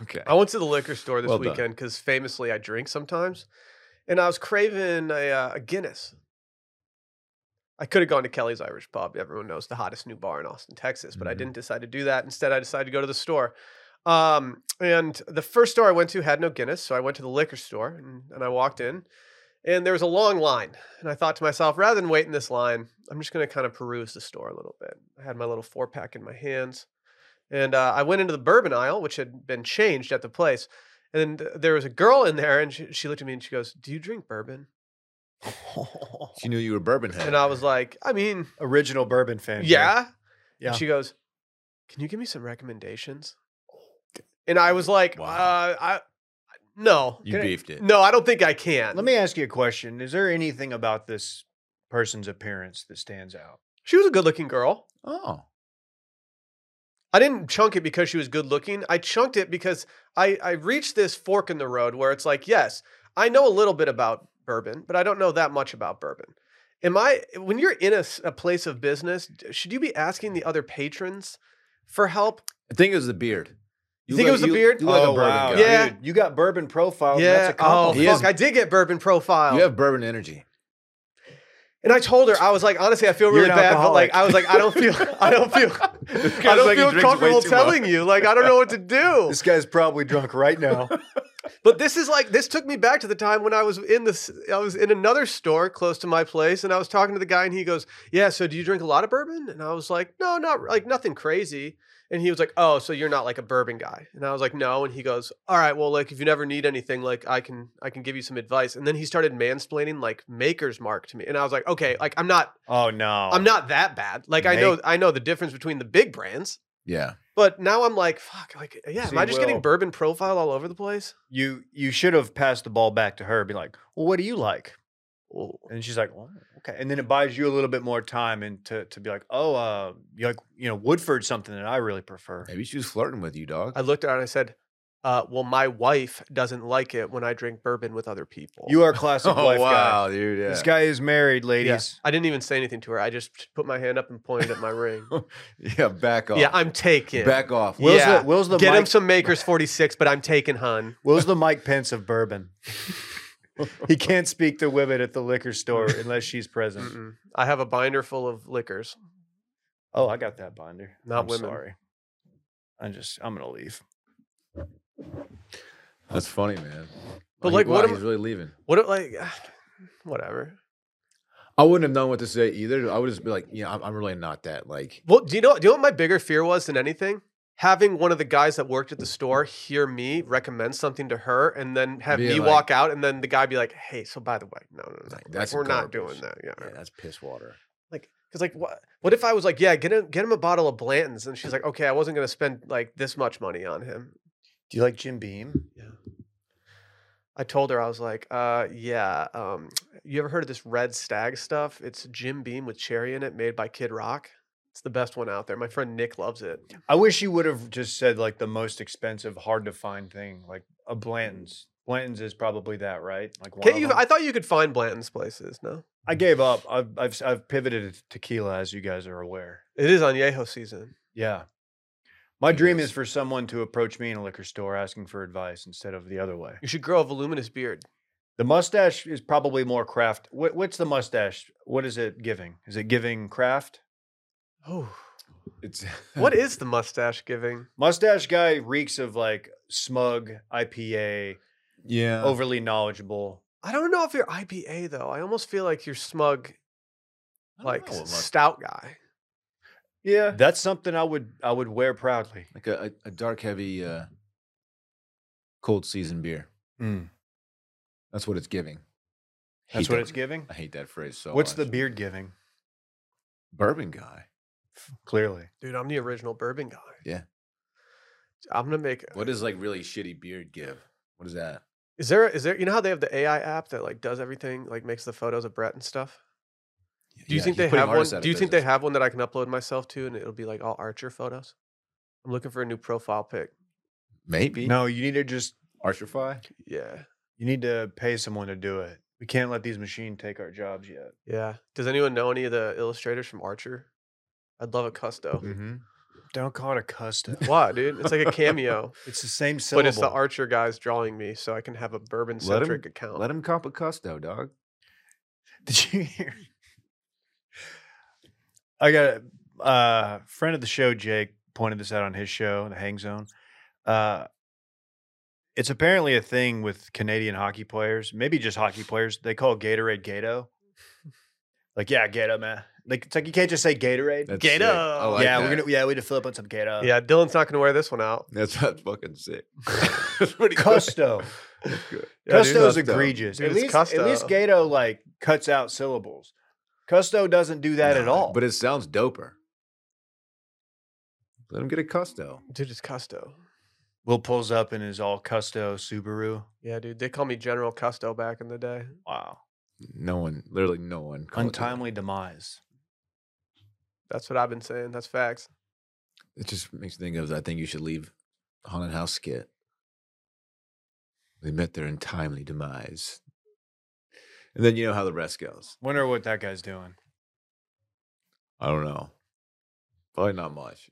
Okay.
I went to the liquor store this
Well done.
weekend because famously I drink sometimes, and I was craving a, uh, a Guinness. I could have gone to Kelly's Irish Pub. Everyone knows the hottest new bar in Austin, Texas, but I
Mhm.
didn't decide to do that. Instead, I decided to go to the store. Um, and the first store I went to had no Guinness, so I went to the liquor store and, and I walked in, and there was a long line. And I thought to myself, rather than wait in this line, I'm just going to kind of peruse the store a little bit. I had my little four pack in my hands. And uh, I went into the bourbon aisle, which had been changed at the place. And th- there was a girl in there, and she, she looked at me and she goes, Do you drink bourbon?
She knew you were bourbon head.
And I was like, I mean,
Original bourbon fan. here.
yeah.
Yeah.
And she goes, Can you give me some recommendations? And I was like,
Wow.
uh, I, No.
you
Can I-
beefed it.
No, I don't think I can.
Let me ask you a question. Is there anything about this person's appearance that stands out?
She was a good looking girl.
Oh.
I didn't chunk it because she was good looking. I chunked it because I, I reached this fork in the road where it's like, yes, I know a little bit about bourbon, but I don't know that much about bourbon. Am I when you're in a, s- a place of business, d- should you be asking the other patrons for help?
I think it was the beard.
You think it was the beard?
You like a
oh,
bourbon
wow.
guy.
Yeah.
Dude, you got bourbon profile. and That's
yeah.
a
Oh
compliment.
He
fuck,
is-
I did get bourbon profile.
You have bourbon energy.
And I told her, I was like, honestly, I feel
You're
really
an
bad, but like,
alcoholic.
I was like, I don't feel, I don't feel,
This
I
guy's
don't
like, he
feel
drinks way
comfortable
too much.
telling you. Like, I don't know what to do.
This guy's probably drunk right now.
But this is like, this took me back to the time when I was in this, I was in another store close to my place, and I was talking to the guy, and he goes, "Yeah, so do you drink a lot of bourbon?" And I was like, "No, not like nothing crazy." And he was like, "Oh, so you're not like a bourbon guy?" And I was like, "No." And he goes, "All right, well, like if you never need anything, like I can, I can give you some advice." And then he started mansplaining like Maker's Mark to me, and I was like, "Okay, like I'm not."
oh no.
I'm not that bad. Like I know
Make-
I know the difference between the big brands,
Yeah.
but now I'm like, fuck, like yeah,
See,
am I just getting
Will-
bourbon profile all over the place?
you you should have passed the ball back to her, be like, Well, what do you like?
Ooh.
And she's like, well, okay. And then it buys you a little bit more time and to, to be like, oh, uh, you like, you know, Woodford's something that I really prefer.
Maybe she was flirting with you, dog.
I looked at her and I said, uh, well, my wife doesn't like it when I drink bourbon with other people.
You are a classic
oh
wife guy.
wow, dude. Yeah.
This guy is married,
Yeah.
ladies.
I didn't even say anything to her. I just put my hand up and pointed at my ring.
Oh
yeah, back off.
yeah, I'm taking.
back off.
Yeah.
Will's the Will's the
Get him
Mike,
some Maker's 46, but I'm taking hun.
Will's the Mike Pence of bourbon. he can't speak to women at the liquor store unless she's present.
Mm-mm. I have a binder full of liquors.
Oh, I got that binder.
Not
I'm
women.
Sorry. I just I'm gonna leave.
That's funny, man.
But,
he-
like, what
wow,
am-
he's really leaving.
What if, like, whatever.
I wouldn't have known what to say either. I would just be like, yeah, I'm, I'm really not that. Like,
Well, do you know? Do you know what my bigger fear was than anything? Having one of the guys that worked at the store hear me recommend something to her, and then have
Be
me
like-
walk out, and then the guy be like, "Hey, so by the way, no, no, no,
Like,
like,
that's
we're not
garbage.
doing that." Yeah,
yeah, that's piss water.
like because like what? What if I was like, "Yeah, get him, get him a bottle of Blanton's," and she's like, "Okay, I wasn't gonna spend like this much money on him."
Do you like Jim Beam?
I told her I was like, uh, "Yeah, um, you ever heard of this Red Stag stuff? It's Jim Beam with cherry in it, made by Kid Rock. It's the best one out there. My friend Nick loves it."
I wish you would have just said like the most expensive, hard to find thing, like a Blanton's. Blanton's is probably that, right? Like one
Can't
of
you?
them.
I thought you could find Blanton's places. No.
I gave up. I've, I've s- I've pivoted to tequila, as you guys are aware.
It is añejo season.
Yeah, my
It
dream
is.
is for someone to approach me in a liquor store asking for advice instead of the other way.
You should grow a voluminous beard.
The mustache is probably more craft. What, what's the mustache? What is it giving? Is it giving craft?
Oh,
It's
what is the mustache giving?
Mustache guy reeks of like smug IPA,
yeah.
overly knowledgeable.
I don't know if you're IPA though. I almost feel like you're smug,
I don't
like
know what must-
stout guy.
Yeah, that's something I would I would wear proudly.
like a, a a dark, heavy, uh, cold season beer.
Mm.
That's what it's giving. Hate
That's what
that-
it's giving.
I hate that phrase so.
What's the
much.
beard giving?
bourbon guy?
Clearly,
Dude, I'm the original bourbon guy.
Yeah.
I'm gonna make.
What does like really shitty beard give? What is that?
Is there? Is there? You know how they have the AI app that like does everything, like makes the photos of Brett and stuff. Do you
Yeah,
think
he's
they
putting
have one?
artists out of
Do you think they
business.
have one that I can upload myself to, and it'll be like all Archer photos? I'm looking for a new profile pic.
Maybe.
no. You need to just
Archerfy?
Yeah.
you need to pay someone to do it. We can't let these machines take our jobs yet.
Yeah. Does anyone know any of the illustrators from Archer? I'd love a custo.
Mm.
Mm-hmm. Don't call it a custom.
Why, dude? It's like a cameo,
It's the same syllable.
but it's the Archer guys drawing me, so I can have a bourbon centric account.
Let him cop a custo, dog.
Did you hear? I got a uh, friend of the show, Jake, pointed this out on his show, The Hang Zone. Uh, it's apparently a thing with Canadian hockey players, maybe just hockey players. They call Gatorade Gato. Like, yeah, Gato, man. Like, it's like you can't just say Gatorade.
That's
Get
sick. I
up.
like
yeah,
that.
we're gonna yeah, we had to fill up on some Gato.
yeah, Dylan's not going to wear this one out.
That's, that's fucking sick. that's pretty good.
Custo.
That's good.
Yeah,
Custo's
dude.
Custo.
egregious.
Dude,
at,
it's
least, at least
Custo.
Gato like cuts out syllables. Custo doesn't do that at
Nah,
all.
But it sounds doper. Let him get a custo.
Dude, it's custo.
Will pulls up in his all custo Subaru.
Yeah, dude. They call me General Custo back in the day.
Wow.
No one, literally no one. called it that.
Untimely demise.
That's what I've been saying. That's facts.
It just makes me think of I think you should leave Haunted House skit. They met their untimely demise. and then you know how the rest goes.
Wonder what that guy's doing.
I don't know. Probably not much.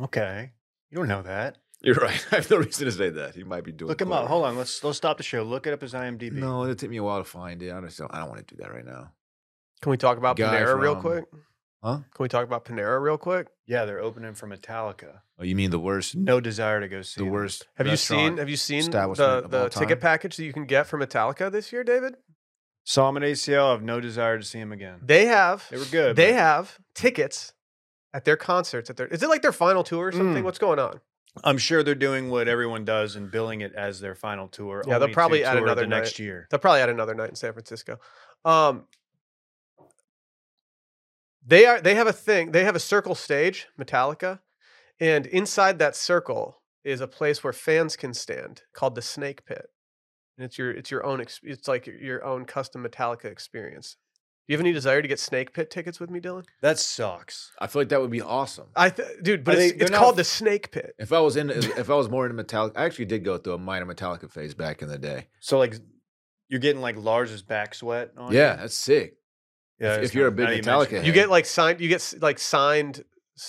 Okay. You don't know that.
You're right. I have no reason to say that. He might be doing.
Look him up.
quarter.
Hold on. Let's let's stop the show. Look it up his IMDb.
No, it'll take me a while to find it. I just don't. I don't want to do that right now.
Can we talk about
Guy
Panera real
from-
quick?
Huh?
Can we talk about Panera real quick?
Yeah, they're opening for Metallica.
Oh, you mean the worst?
No desire to go see
the
them.
worst.
Have you seen
restaurant.
Have you seen the
establishment of
the
all
ticket
time?
package that you can get for Metallica this year, David?
Saw him at ACL. I have no desire to see him again.
They have
They were good.
they
but
have tickets at their concerts. At their is it like their final tour or something?
Mm.
What's going on?
I'm sure they're doing what everyone does and billing it as their final tour.
Yeah, they'll
only to
probably add
tour
another
the
night.
next year.
They'll probably add another night in San Francisco. Um, they are they have a thing. They have a circle stage, Metallica, and inside that circle is a place where fans can stand called the Snake Pit, and it's your it's your own ex- it's like your- your own custom Metallica experience. Do you have any desire to get Snake Pit tickets with me, Dylan?
That sucks.
I feel like that would be awesome.
I th- dude, but
Are they-
it's,
they're
it's
not-
called the Snake Pit.
if I was in, if I was more into Metallica, I actually did go through a minor Metallica phase back in the day.
So like, you're getting like Lars's back sweat on.
Yeah,
you?
that's sick.
yeah.
if
it's
you're a
not-
big
now you mention
Metallica
it.
You
Yeah.
get like signed. You get s- like signed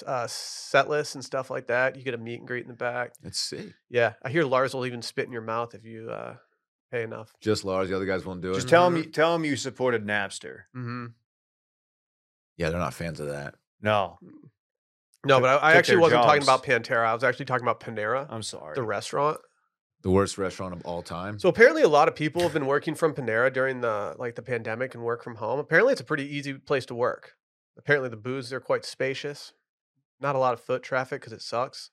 uh, set lists and stuff like that. You get a meet and greet in the back.
That's sick.
Yeah, I hear Lars will even spit in your mouth if you uh, pay enough.
Just Lars. The other guys won't do it.
Just tell him. Tell him you supported Napster.
Mm-hmm.
yeah, they're not fans of that.
No,
No,
Took-
but I, I
took
actually
their
wasn't talking about
jobs.
Pantera. I was actually talking about Panera,
I'm sorry.
the restaurant.
The worst restaurant of all time.
So apparently, a lot of people have been working from Panera during the like the pandemic and work from home. Apparently, it's a pretty easy place to work. Apparently, the booths are quite spacious. Not a lot of foot traffic because it sucks,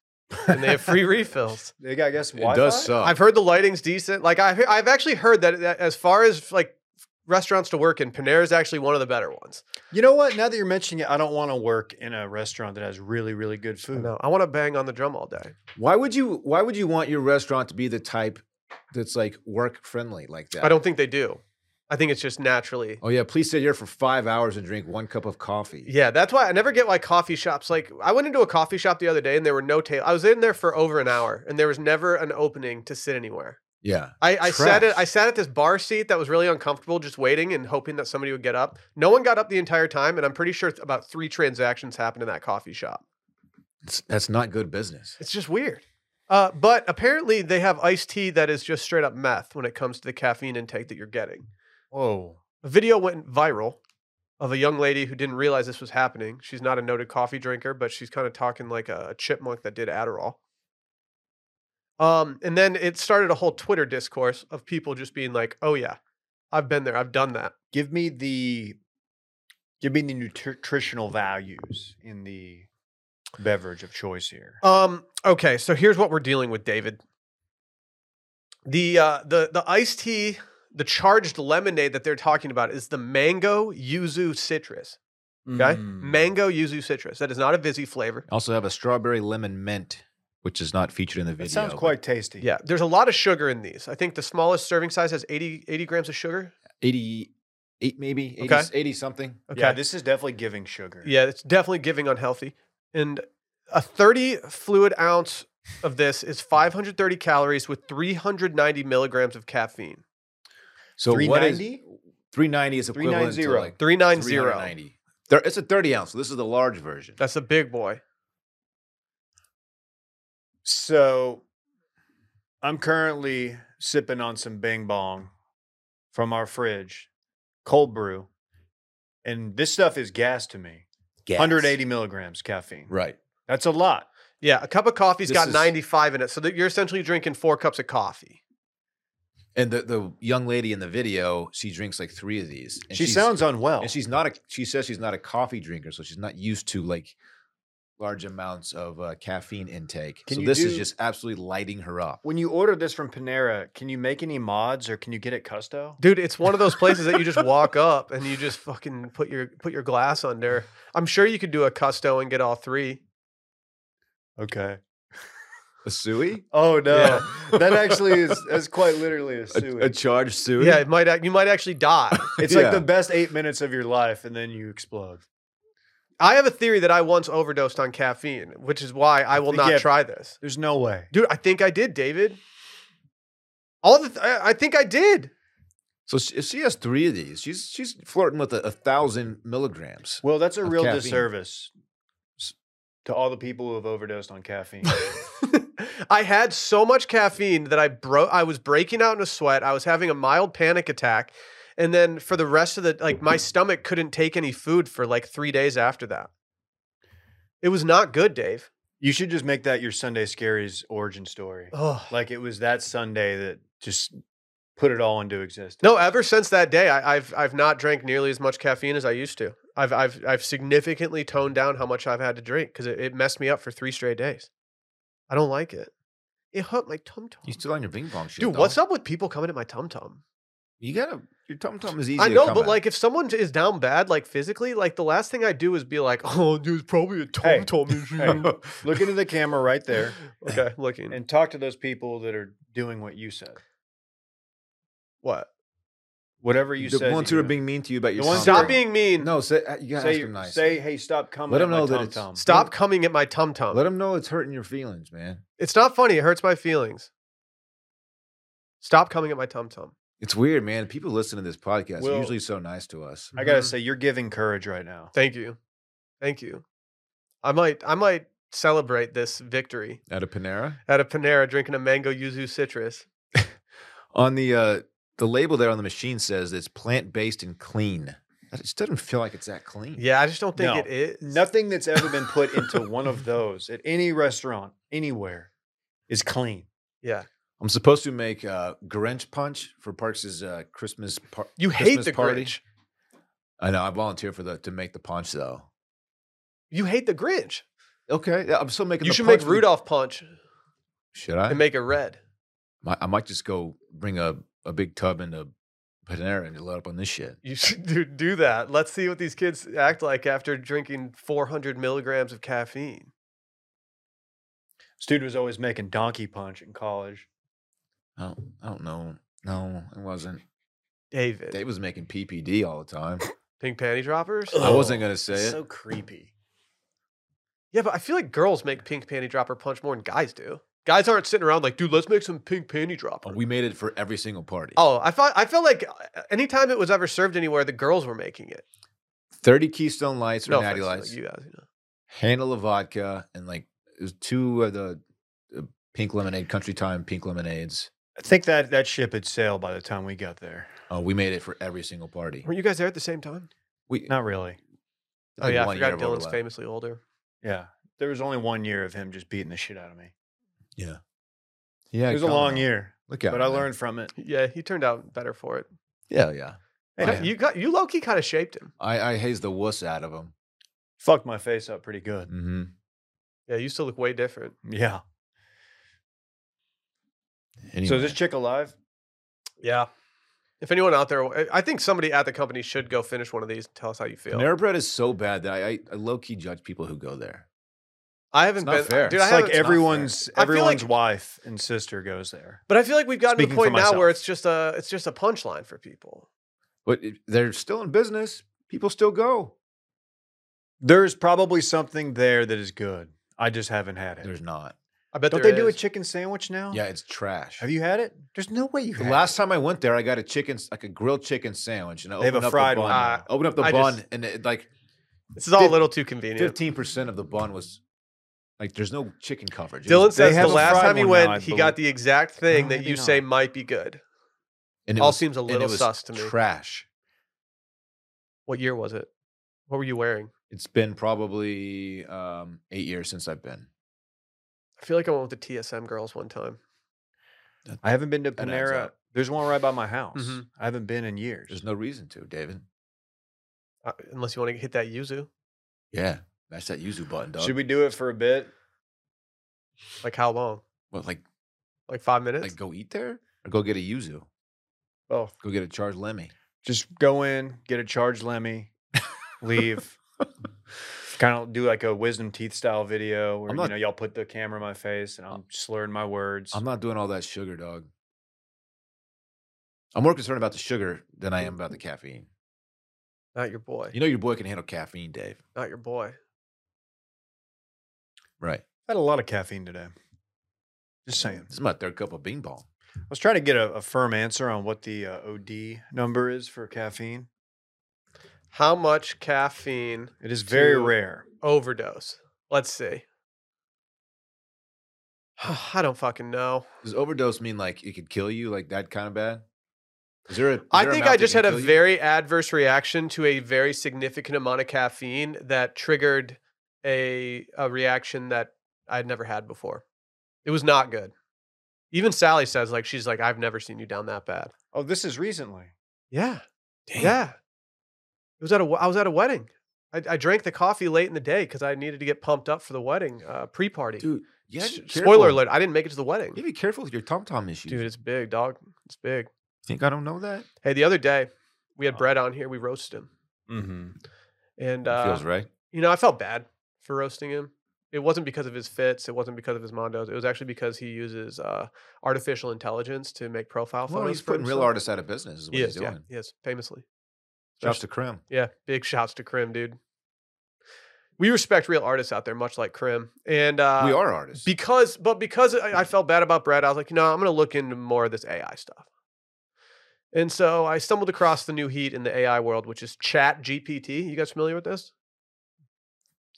and they have free refills.
They got I guess
it
Wi-Fi?
does suck.
I've heard the lighting's decent. Like I've I've actually heard that, that as far as like restaurants to work in, Panera is actually one of the better ones.
You know what? Now that you're mentioning it, I don't want to work in a restaurant that has really, really good food.
No, I want to bang on the drum all day.
Why would you? Why would you want your restaurant to be the type that's like work friendly like that?
I don't think they do. I think it's just naturally.
Oh yeah, please sit here for five hours and drink one cup of coffee.
Yeah, that's why I never get why coffee shops. Like, I went into a coffee shop the other day and there were no tables. I was in there for over an hour and there was never an opening to sit anywhere.
yeah.
I, I sat at I
Trash.
sat at this bar seat that was really uncomfortable, just waiting and hoping that somebody would get up. No one got up the entire time, and I'm pretty sure th- about three transactions happened in that coffee shop.
It's- that's not good business.
It's just weird. Uh, but apparently, they have iced tea that is just straight up meth when it comes to the caffeine intake that you're getting.
Whoa.
A video went viral of a young lady who didn't realize this was happening. She's not a noted coffee drinker, but she's kind of talking like a chipmunk that did Adderall. Um, and then it started a whole Twitter discourse of people just being like, "Oh yeah, I've been there, I've done that."
Give me the give me the nutritional values in the beverage of choice here.
Um, okay, so here's what we're dealing with, David. The uh, the the iced tea, the charged lemonade that they're talking about is the mango yuzu citrus. Okay,
Mm.
mango yuzu citrus. That is not a Vizzy flavor.
Also have a strawberry lemon mint, which is not featured in the video.
That sounds
but
quite tasty.
Yeah, there's a lot of sugar in these. I think the smallest serving size has 80, 80 grams of sugar.
eighty-eight, maybe 80,
Okay.
80 something.
Yeah, this is definitely giving sugar.
yeah, it's definitely giving unhealthy. And a 30 fluid ounce of this is 530 calories with 390 milligrams of caffeine.
So what is
390?
three ninety is equivalent to
390.
like
390.
390. There, it's a thirty ounce. So this is the large version.
That's a big boy.
So I'm currently sipping on some Bing Bong from our fridge, cold brew. And this stuff is gas to me.
Gas.
180 milligrams caffeine.
Right.
That's a lot.
Yeah, a cup of coffee's
This
got
is-
95 in it. So that you're essentially drinking four cups of coffee.
And the, the young lady in the video, she drinks like three of these. And
she
she's-
sounds unwell.
and she's not a she says she's not a coffee drinker so she's not used to like large amounts of uh, caffeine intake
Can
so
you
this is
do-
just absolutely lighting her up
when you order this from Panera, can you make any mods or can you get it custo?
Dude, it's one of those places that you just walk up and you just fucking put your put your glass under. I'm sure you could do a custo and get all three.
Okay.
a suey
Oh no,
Yeah.
that actually is that's quite literally a
a,
suey.
a charged suey
Yeah, it might act, you might actually die.
it's like
yeah.
the best eight minutes of your life, and then you explode.
I have a theory that I once overdosed on caffeine, which is why I will
think
not
you have-
try this.
There's no way.
Dude, I think I did, David. All the th- I I think I did.
So she, if she has three of these, she's she's flirting with a, a thousand milligrams.
Well, that's a
Of
real
caffeine.
disservice s- to all the people who have overdosed on caffeine.
I had so much caffeine that I broke. I was breaking out in a sweat. I was having a mild panic attack, and then for the rest of the like, my stomach couldn't take any food for like three days after that. It was not good, Dave.
you should just make that your Sunday Scaries origin story.
Oh
Like it was that Sunday that just put it all into existence.
no! Ever since that day, I, I've I've not drank nearly as much caffeine as I used to. I've I've I've significantly toned down how much I've had to drink because it, it messed me up for three straight days. I don't like it. It hurt my tum tum.
You still on your bing pong shit,
Dude, what's up with people coming at my tum tum?
You gotta your tum tum is easy.
I
to
know,
come
but
at.
like if someone is down bad, like physically, like the last thing I do is be like, "Oh, dude, it's probably a
Hey,
tom tom issue."
hey. Look into the camera right there
Okay, looking
and talk to those people that are doing what you said.
what?
Whatever you
the
said.
ones
that
who are
you-
being mean to you about your
ones
tum-tum.
that
Stop
are-
being mean.
no. Say uh, you gotta
say,
ask
your-
them nice.
say, hey, stop coming.
Let
at
'em
my
know that it's-
tom-tom."
Stop coming at my tum
Let
tom.
them know it's hurting your feelings, man.
It's not funny. It hurts my feelings. Stop coming at my tum tum.
It's weird, man. People listen to this podcast.
Well-
are usually so nice to us.
I gotta
Mhm.
say, you're giving courage right now.
Thank you, thank you. I might, I might celebrate this victory
Out of Panera.
at a Panera drinking a mango yuzu citrus.
On the uh the label there on the machine says it's plant based and clean. That just doesn't feel like it's that clean.
Yeah, I just don't think
No.
it is.
Nothing that's ever been put into one of those at any restaurant anywhere is clean.
Yeah,
I'm supposed to make uh, Grinch punch for Parks' uh, Christmas par-
you hate
Christmas
the
party.
Grinch.
I know. I volunteer for the to make the punch though.
You hate the Grinch.
Okay, yeah, I'm still making.
You
the
should
punch
make
for the-
Rudolph punch
Should I?
and make it red.
Mi- I might just go bring a, a big tub into Panera and load up on this shit.
You should do, do that. Let's see what these kids act like after drinking 400 milligrams of caffeine.
This dude was always making donkey punch in college.
I don't, I don't know. No, it wasn't.
David,
Dave was making PPD all the time.
pink panty droppers.
I wasn't
Ugh,
gonna say it.
So creepy.
Yeah, but I feel like girls make pink panty dropper punch more than guys do. Guys aren't sitting around like, dude, let's make some pink panty dropper.
But we made it for every single party.
oh, I thought I felt like uh, anytime it was ever served anywhere, the girls were making it.
Thirty Keystone Lights or
No offense
Natty
to, like,
Lights,
you guys, you know.
handle of vodka, and like it was two of the uh, pink lemonade, country time pink lemonades.
I think that that ship had sailed by the time we got there.
Oh, we made it for every single party.
Weren't you guys there at the same time?
We
Not really.
Oh
like
yeah, I
one year
forgot
of
Dylan's
overlap.
famously older.
Yeah. There was only one year of him just beating the shit out of me.
Yeah,
It was a
come
long
on.
year,
Look at
but I learned from it.
Yeah, he turned out better for it.
Yeah, yeah.
Hey,
Oh, Yeah.
You got you low key kind of shaped him.
I, I hazed the wuss out of him.
Fucked my face up pretty good.
Mm-hmm.
Yeah, you still look way different.
Yeah.
Anyway.
So is this chick alive?
Yeah. If anyone out there, I- I think somebody at the company should go finish one of these and tell us how you feel.
Panera Bread is so bad that I, I, I low key judge people who go there.
I haven't
not
been,
fair.
dude.
It's
I
like
haven't-
fair.
everyone's
I feel like-
everyone's wife and sister goes there.
but I feel like we've gotten to the
Speaking for
point now where
myself.
it's just a it's just a punchline for people.
But it- they're still in business. People still go.
There's probably something there that is good. I just haven't had it.
There's not.
I bet
Don't
there
they do a
is.
chicken sandwich now?
Yeah, it's trash.
Oh. Have you had it? There's no way you
The
had
last
it.
time I went there, I got a chicken, s- like a grilled chicken sandwich, and I
They have
opened
a
up
fried
the
one.
bun.
Ah,
Open up the
I
bun,
just-
and it, like
This is all a
Fif-
little too convenient.
fifteen percent of the bun was like there's no chicken coverage. It
Dylan
was-
says
have
the
a
last
fried
time he
one now,
went,
I
he got
believe.
the exact thing
No,
that
maybe
you
not.
say might be good.
and it
all
was-
seems a
and
little
it was
sus to me.
Trash.
What year was it? What were you wearing?
It's been probably um, eight years since I've been.
I feel like I went with the TSM girls one time.
I haven't been to
That adds
Panera.
up.
There's one right by my house.
Mhm.
I haven't been in years.
There's no reason to, David.
Uh, unless you want to hit that yuzu,
Yeah, that's that yuzu button, dog.
Should we do it for a bit?
like how long?
What, like
Like five minutes?
like go eat there or go get a yuzu?
Both.
Go get a charged lemmy.
Just go in, get a charged Lemmy, leave. kind of do like a wisdom teeth style video where
I'm not-
you know y'all put the camera in my face and I'm slurring my words.
I'm not doing all that sugar, dog. I'm more concerned about the sugar than I am about the caffeine.
Not your boy.
You know your boy can handle caffeine, Dave.
Not your boy.
Right.
had a lot of caffeine today. Just saying.
This is my third cup of bing bong.
I was trying to get a, a firm answer on what the uh, OD number is for caffeine.
How much caffeine
It is very
Two.
rare.
overdose? Let's see. I don't fucking know.
Does overdose mean like it could kill you, like that kind of bad? Is there a? is
I
there
think
amount
I
that
just
can
had a
kill you?
very adverse reaction to a very significant amount of caffeine that triggered a a reaction that I'd never had before. It was not good. Even Sally says like she's like I've never seen you down that bad.
Oh, this is recently.
Yeah. Yeah. It was at a we- I was at a wedding. I, I drank the coffee late in the day because I needed to get pumped up for the wedding uh, pre-party.
dude. Yeah.
S- Spoiler alert:
You
I didn't make it to the wedding.
gotta be careful with your tom tom issues.
Dude, it's big, dog. It's big.
think I don't know that?
Hey, the other day we had Brett on here. We roasted him,
Mm-hmm.
and
Uh-huh. It
uh,
feels right.
you know, I felt bad for roasting him. It wasn't because of his fits. It wasn't because of his mondos. It was actually because he uses uh, artificial intelligence to make profile
Well,
photos.
he's
for
putting real
himself.
artists out of business. Is what
He
he's
is, yeah,
doing.
he is famously.
Shouts to Krim.
Yeah, big shouts to Krim, dude. We respect real artists out there, much like Krim, and uh,
we are artists.
because but because I, I felt bad about Brad, I was like, you know, I'm gonna look into more of this AI stuff. And so I stumbled across the new heat in the AI world, which is Chat GPT. You guys familiar with this?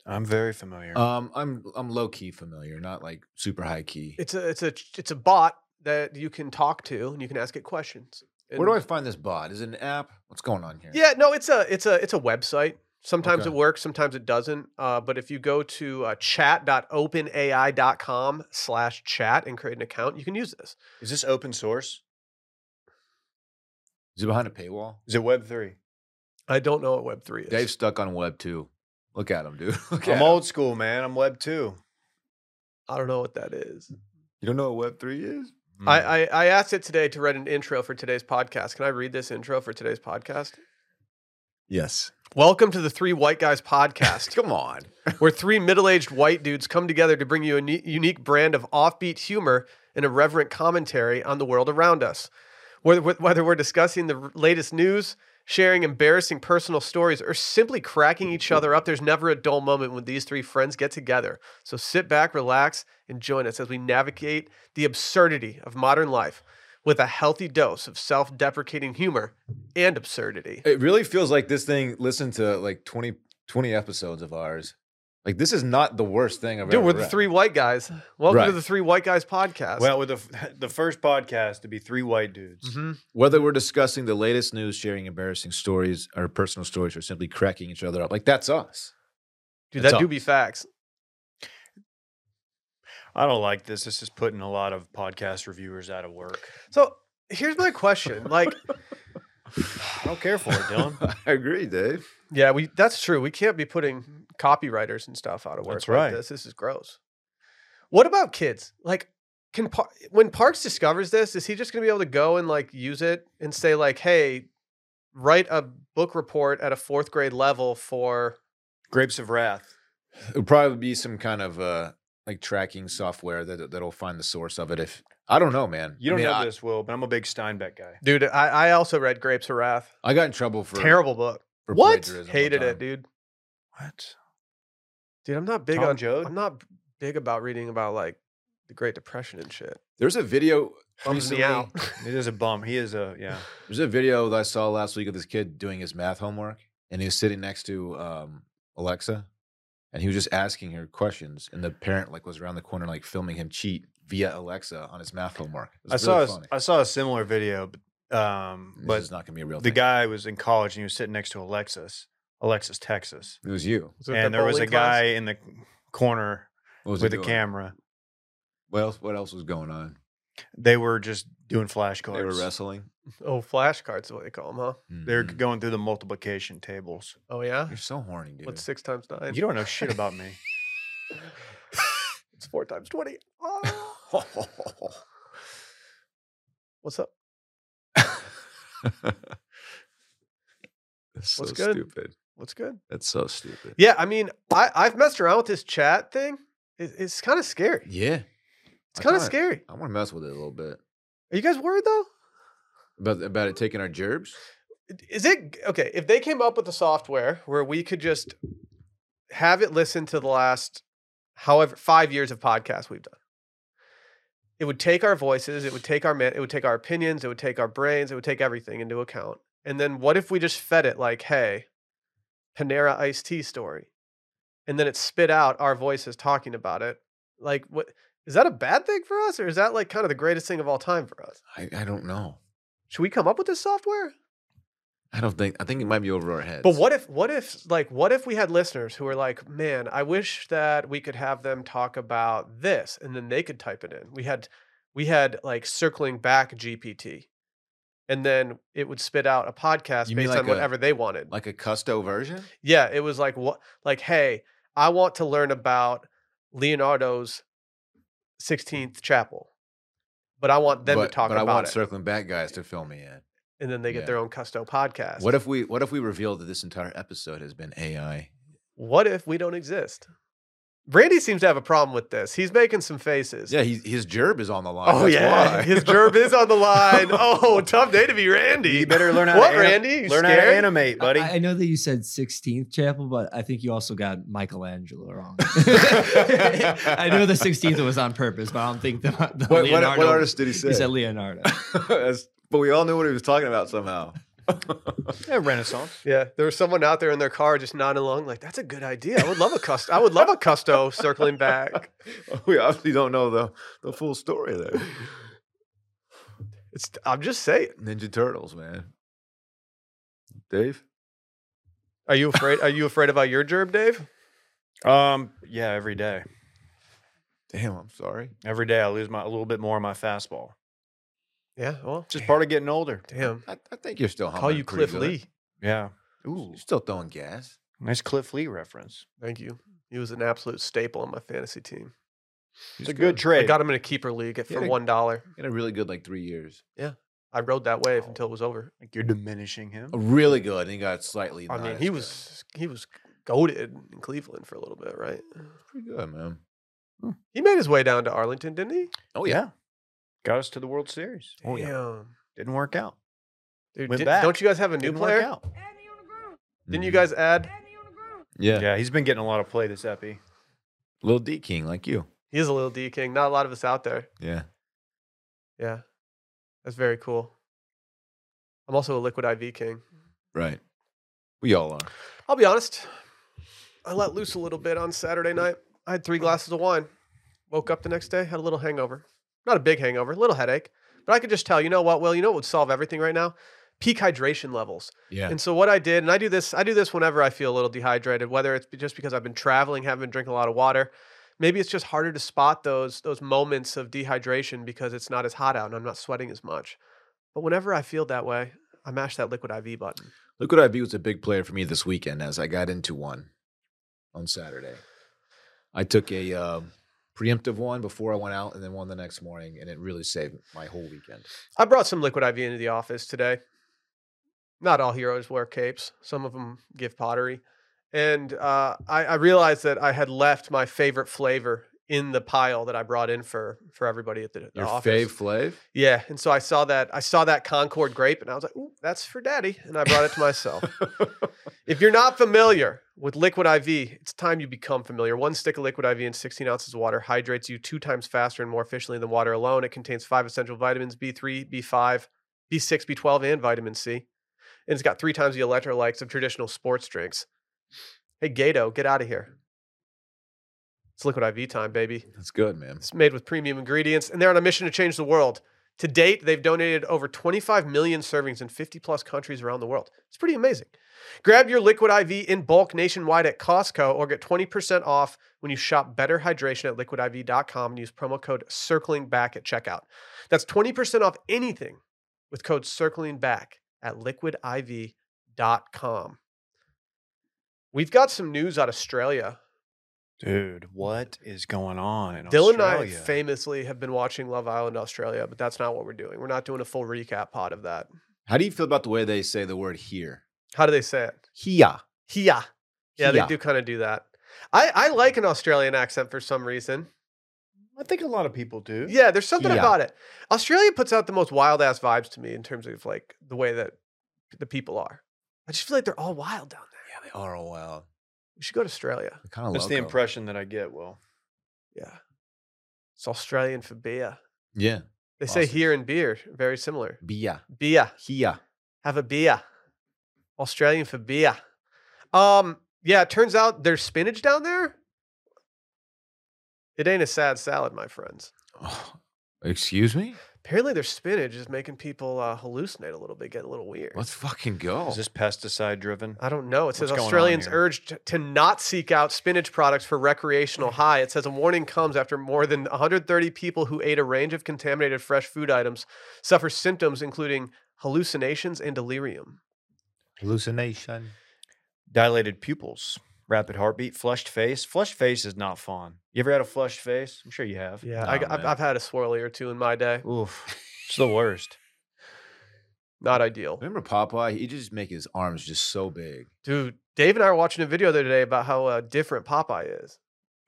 I'm very familiar.
um, I'm I'm low key familiar, not like super high key.
It's a it's a it's a bot that you can talk to and you can ask it questions.
Where do I
And-
find this bot? Is it an app? What's going on here?
Yeah, no, it's a it's a it's a website. Sometimes
Okay.
it works, sometimes it doesn't. Uh, but if you go to uh, chat.openai.com slash chat and create an account, you can use this.
is this open source?
Is it behind a paywall?
Is it Web three?
I don't know what Web three is.
Dave's stuck on Web two. Look at him, dude. Look at
I'm
him.
old school, man. I'm Web two.
I don't know what that is.
You don't know what Web three is?
Hmm.
I, I, I asked it today to write an intro for today's podcast. Can I read this intro for today's podcast?
Yes.
Welcome to the Three White Guys podcast,
Come on.
where three middle aged white dudes come together to bring you a ne- unique brand of offbeat humor and irreverent commentary on the world around us. Whether, whether we're discussing the r- latest news, sharing embarrassing personal stories, or simply cracking each other up, there's never a dull moment when these three friends get together. So sit back, relax, and join us as we navigate the absurdity of modern life with a healthy dose of self deprecating humor and absurdity.
It really feels like this thing listened to like 20, 20 episodes of ours. Like this is not the worst thing I've
Dude,
ever
we're the
read.
three white guys. Welcome to
Right.
the Three White Guys podcast.
Well, with the f- the first podcast to be three white dudes.
Mhm.
Whether we're discussing the latest news, sharing embarrassing stories or personal stories, or simply cracking each other up, like that's us.
dude,
That's
that do
all.
be facts.
I don't like this. This is putting a lot of podcast reviewers out of work.
So here's my question: Like,
I don't care for it, Dylan.
I agree, Dave.
yeah, we that's true. We can't be putting copywriters and stuff out of work
That's
like
right.
this. This is gross. What about kids? Like, can Par- when Parks discovers this, is he just gonna be able to go and like use it and say like, hey, write a book report at a fourth grade level for?
Grapes of Wrath.
It would probably be some kind of uh like tracking software that that'll find the source of it. If I don't know, man.
You don't
I mean,
know
I,
this, Will, but I'm a big Steinbeck guy.
Dude, I, I also read Grapes of Wrath.
I got in trouble for
Terrible book.
For plagiarism one
Hated
time.
it, dude.
What?
Dude, I'm not big
Tom
on
Joad?
I'm not big about reading about like the Great Depression and shit.
There's a video.
Bums me
recently-
out.
It is a bum. He is a yeah.
There's a video that I saw last week of this kid doing his math homework, and he was sitting next to um, Alexa, and he was just asking her questions, and the parent like was around the corner like filming him cheat via Alexa on his math homework. It
I
was
saw
really
a,
funny.
I saw a similar video, but um,
This
but
is not gonna be a real
the
thing.
guy was in college and he was sitting next to Alexis, Alexis Texas,
It was you.
Was it
and
the
there was a
bowling class?
guy in the corner
What was he
with a
doing?
camera.
What else? What else was going on?
They were just doing flashcards.
They were wrestling.
Oh, flashcards is what they call them, huh?
They were
Mhm.
going through the multiplication tables.
Oh yeah.
You're so horny, dude.
What's six times nine?
You don't know shit about me.
It's four times twenty. Ah. What's up?
That's
What's
so
good?
stupid.
What's good?
That's so stupid.
Yeah, I mean, I I've messed around with this chat thing. It, it's kind of scary.
Yeah.
It's
I
kind of
kinda-
scary.
I want to mess with it a little bit
Are you guys worried though?
about about it taking our gerbs.
Is it okay if they came up with the software where we could just have it listen to the last however five years of podcasts we've done? it would take our voices, it would take our man, it would take our opinions, it would take our brains, it would take everything into account. And then what if we just fed it like, hey, Panera iced tea story, and then it spit out our voices talking about it? Like, what is that a bad thing for us, or is that like kind of the greatest thing of all time for us?
I, I don't know.
Should we come up with this software?
I don't think. I think it might be over our heads.
But what if what if like what if we had listeners who were like, "Man, I wish that we could have them talk about this." And then they could type it in. We had we had like circling back GPT. And then it would spit out a podcast
You mean
based
like
on
a-
whatever they wanted.
Like a custo version?
yeah, it was like what like, "Hey, I want to learn about Leonardo's 16th chapel." But I want them
but,
to talk
but
about
I want
it.
circling back guys to fill me in.
and then they get
yeah.
their own custo podcast.
What if we What if we reveal that this entire episode has been AI?
What if we don't exist? Randy seems to have a problem with this. He's making some faces.
Yeah, he, his gerb is on the line.
Oh
That's
yeah,
why.
his gerb is on the line. Oh, tough day to be Randy.
You better learn how
What,
to anim-
Randy? You
learn how to
scared?
animate, buddy.
I, I know that you said 16th chapel, but I think you also got Michelangelo wrong. I know the 16th was on purpose, but I don't think the, the
What, what,
Leonardo.
what artist did he
He said
say?
Leonardo.
That's- but we all knew what he was talking about somehow.
Yeah, Renaissance.
yeah, there was someone out there in their car just nodding along, like that's a good idea. I would love a custo. I would love a custo circling back.
we obviously don't know the, the full story there.
It's. I'm just saying.
Ninja Turtles, man.
Dave?
Are you afraid? Are you afraid about your gerb, Dave?
Um, yeah, every day.
Damn, I'm sorry.
Every day I lose my a little bit more of my fastball.
Yeah. Well,
It's just part of getting older.
damn.
I, I think you're still humming
Call you
pretty
Cliff
good.
Lee.
Yeah.
You're still throwing gas.
Nice Cliff Lee reference.
Thank you. He was an absolute staple on my fantasy team.
It's a good trade.
I got him in a keeper league at-
Yeah,
for
they-
one dollar.
In a really good like three years.
I rode that wave until it was over.
like you're diminishing him.
Oh,
Really good. And he got slightly.
I
not
mean,
as
he
good.
was he was goaded in Cleveland for a little bit, right?
pretty good, man.
He made his way down to Arlington, didn't he?
Oh yeah.
Got us to the World Series.
Oh, Damn.
Didn't work out.
Dude,
Oh, Went
did,
back.
don't you guys have a new
Didn't work
player?
out.
Didn't you
Mhm.
guys add?
Mm-hmm. Yeah.
Yeah. he's been getting a lot of play this epi.
Little D King, like you.
He is a little D king. Not a lot of us out there.
Yeah.
Yeah, that's very cool. I'm also a liquid IV king.
Right. We all are.
I'll be honest. I let loose a little bit on Saturday night. I had three glasses of wine. Woke up the next day, had a little hangover. Not a big hangover, a little headache. But I could just tell, you know what? Well, you know what would solve everything right now? Peak hydration levels.
Yeah.
And so what I did, and I do this, I do this whenever I feel a little dehydrated, whether it's be- just because I've been traveling, haven't been drinking a lot of water. Maybe it's just harder to spot those those moments of dehydration because it's not as hot out and I'm not sweating as much. But whenever I feel that way, I mash that liquid IV button.
Liquid IV was a big player for me this weekend as I got into one on Saturday. I took a uh, preemptive one before I went out and then one the next morning, and it really saved my whole weekend.
I brought some liquid IV into the office today. Not all heroes wear capes. Some of them give pottery, and uh, I, I realized that I had left my favorite flavor in the pile that I brought in for for everybody at the, the
Your
office.
fave Flav?
Yeah, and so I saw that I saw that Concord grape, and I was like, "Ooh, that's for Daddy," and I brought it to myself. if you're not familiar with Liquid IV, it's time you become familiar. One stick of Liquid IV in 16 ounces of water hydrates you two times faster and more efficiently than water alone. It contains five essential vitamins: B3, B5, B6, B12, and vitamin C. And it's got three times the electrolytes of traditional sports drinks. Hey, Gato, get out of here! It's Liquid IV time, baby.
That's good, man.
It's made with premium ingredients, and they're on a mission to change the world. To date, they've donated over 25 million servings in 50 plus countries around the world. It's pretty amazing. Grab your Liquid IV in bulk nationwide at Costco or get 20% off when you shop Better Hydration at liquidiv.com and use promo code circling back at checkout. That's 20% off anything with code circling back at liquidiv.com. We've got some news out of Australia.
Dude, what is going on in
Dylan
Australia?
and I famously have been watching Love Island Australia, but that's not what we're doing. We're not doing a full recap pod of that.
How do you feel about the way they say the word here?
How do they say it?
Hia.
Hia. Yeah, they
Hia.
do kind of do that. I, I like an Australian accent for some reason.
I think a lot of people do.
Yeah, there's something
Hia.
about it. Australia puts out the most wild ass vibes to me in terms of like the way that the people are. I just feel like they're all wild down there.
Yeah, they are a wild.
We should go to Australia.
Kind of
That's the impression that I get, Will.
Yeah. It's Australian for beer.
Yeah.
They say
Awesome.
here and beer, very similar.
Bia.
Beer.
Hia.
Have a beer. Australian for beer. Um, yeah, it turns out there's spinach down there. It ain't a sad salad, my friends.
Oh, excuse me?
Apparently, their spinach is making people uh, hallucinate a little bit, get a little weird.
Let's fucking
Oh.
go.
Is this pesticide driven?
I don't know. It says
What's going on
Australians
here?
urged to not seek out spinach products for recreational high. It says a warning comes after more than 130 people who ate a range of contaminated fresh food items suffer symptoms including hallucinations and delirium.
hallucination.
Dilated pupils, rapid heartbeat, flushed face. Flushed face is not fun. You ever had a flushed face? I'm sure you have.
Yeah, I,
Nah,
have
man.
I've had a swirly or two in my day.
Oof, it's the worst.
Not ideal.
Remember Popeye? He just make his arms just so big.
Dude, Dave and I were watching a video the other day about how uh, different Popeye is.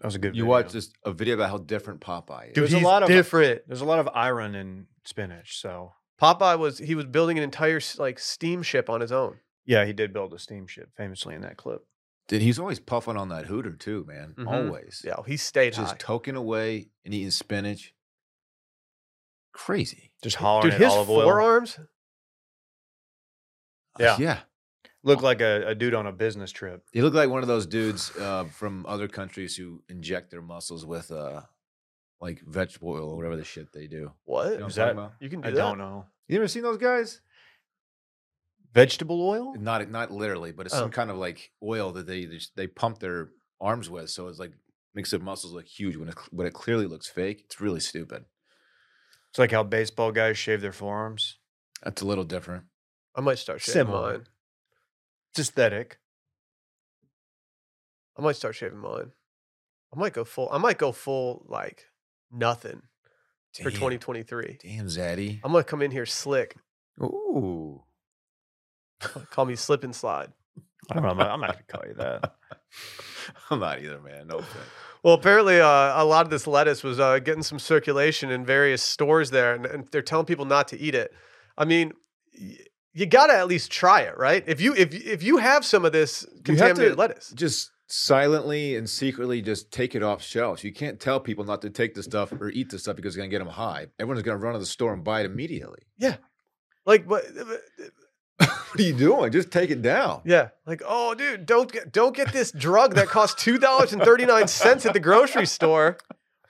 That was a good.
You
video.
watch this a video about how different Popeye is.
Dude,
Dude,
There's a
he's
lot of- uh,
different.
There's a lot of iron in spinach, so
Popeye was he was building an entire s- like steamship on his own.
yeah, he did build a steamship famously in that clip.
Dude, he's always puffing on that hooter too, man.
Mhm.
Always.
Yeah, he stayed
Just
high.
toking away and eating spinach. Crazy.
Just hollering
Dude,
at
his
olive oil.
forearms.
Yeah.
Uh, Yeah.
Looked like a, a dude on a business trip.
He looked like one of those dudes uh, from other countries who inject their muscles with uh, like vegetable oil or whatever the shit they do. You
What?
know
Is
what I'm
that-
talking about?
You can do
I
that.
don't know.
You ever seen those guys?
Vegetable oil?
Not not literally, but it's
Oh.
some kind of like oil that they they, just- they pump their arms with, so it's like makes their muscles look huge when it cl- when it clearly looks fake. It's really stupid.
It's like how baseball guys shave their forearms.
That's a little different.
I might start shaving
Similar.
mine.
It's aesthetic.
I might start shaving mine. I might go full. I might go full like nothing for
Damn.
2023.
Damn, Zaddy.
I'm gonna come in here slick.
Ooh.
Call me slip and slide.
I don't know. I'm not, I'm not going to call you that.
I'm not either, man. No offense.
Well, apparently, uh, a lot of this lettuce was uh, getting some circulation in various stores there, and, and they're telling people not to eat it. I mean, y- you gotta at least try it, right? If you if y- if you have some of this contaminated
to-
lettuce,
just silently and secretly just take it off shelves. You can't tell people not to take the stuff or eat the stuff because it's going to get them high. Everyone's going to run to the store and buy it immediately.
like what? uh,
What are you doing? Just take it down.
Yeah, like oh, dude, don't get don't get this drug that costs two dollars and thirty nine cents at the grocery store.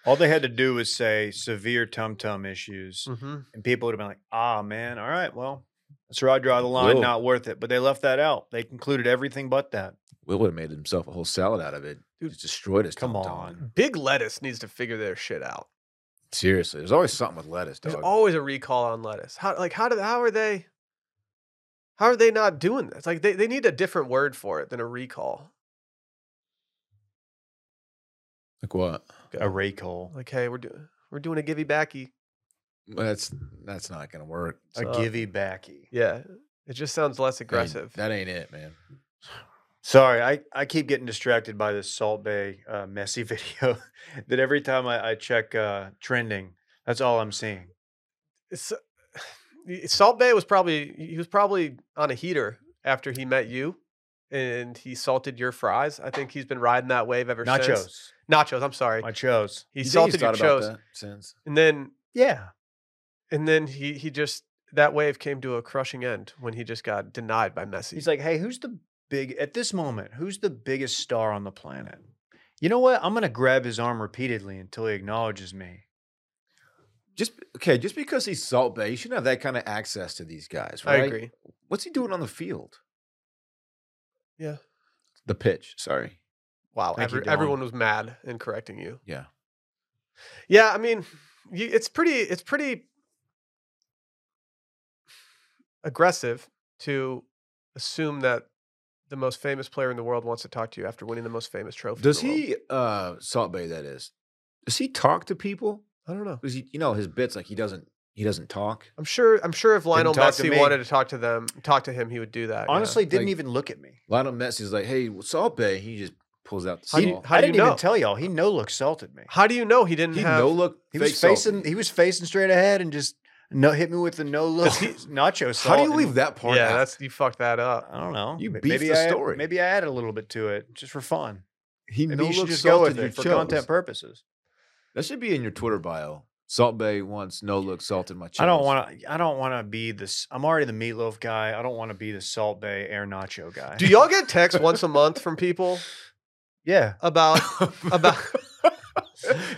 All they had to do was say severe tum tum issues,
Mm. Mm-hmm.
and people would have been like, ah, man, all right, well, that's where I draw the line.
Whoa.
Not worth it. But they left that out. They concluded everything but that.
Will would have made himself a whole salad out of it.
Dude,
Just destroyed his
Come
tum-tum.
on.
Big lettuce needs to figure their shit out.
Seriously, there's always something with lettuce,
There's
dog.
always a recall on lettuce. How like how do how are they? How are they not doing this? Like they, they need a different word for it than a recall.
like what?
A recall.
Like hey, we're doing we're doing a givey backy.
That's that's not going to work.
A
So-
givey backy.
Yeah, it just sounds less aggressive.
That ain't it, man.
Sorry, I, I keep getting distracted by this Salt Bay uh, messy video that every time I, I check uh, trending, that's all I'm seeing.
It's- Salt Bay was probably he was probably on a heater after he met you, and he salted your fries. I think he's been riding that wave ever since.
Nachos.
Nachos. I'm sorry.
Nachos.
He
You think he's
salted your
thought about
chos,
that since.
and then
Yeah.
and then he he just that wave came to a crushing end when he just got denied by Messi.
He's like, hey, who's the big, at this moment, who's the biggest star on the planet? You know what? I'm going to grab his arm repeatedly until he acknowledges me.
Just okay, just because he's Salt Bay, you shouldn't have that kind of access to these guys,
I
right?
agree.
What's he doing on the field?
Yeah.
The pitch, sorry.
Wow,
Thank you,
every-
Dylan.
everyone was mad and correcting you.
Yeah.
Yeah, I mean, you, it's pretty it's pretty aggressive to assume that the most famous player in the world wants to talk to you after winning the most famous trophy. in
Does
the world.
he uh Salt Bay that is. Does he talk to people?
I don't know.
Because you know his bits like he doesn't he doesn't talk.
I'm sure. I'm sure if Lionel
talk to
Messi
me.
wanted to talk to them, talk to him, he would do that. yeah.
Honestly, didn't
Like-
even look at me.
Lionel Messi's like, hey, Salt Bay, he just pulls out the
How do you-
salt.
how
I
do you
didn't
know?
even tell y'all. He no look salted me.
how do you know he didn't
he
have?
no look.
He was
fake salt.
facing. He was facing straight ahead and just no hit me with the no look
he-
nacho salt.
How do you
and-
leave that part?
yeah,
out?
that's you fucked that up.
I don't know.
You
M-
beef the
I,
story.
Maybe I add a little bit to it just for fun.
he
Maybe
no
you should
look
just go
salted
with
your
it for content
chos.
purposes.
That should be in your Twitter bio. Salt Bay wants no look salt in my chest.
I don't want to. I don't want to be this. I'm already the meatloaf guy. I don't want to be the Salt Bay Air Nacho guy.
Do y'all get texts once a month from people
yeah.
about about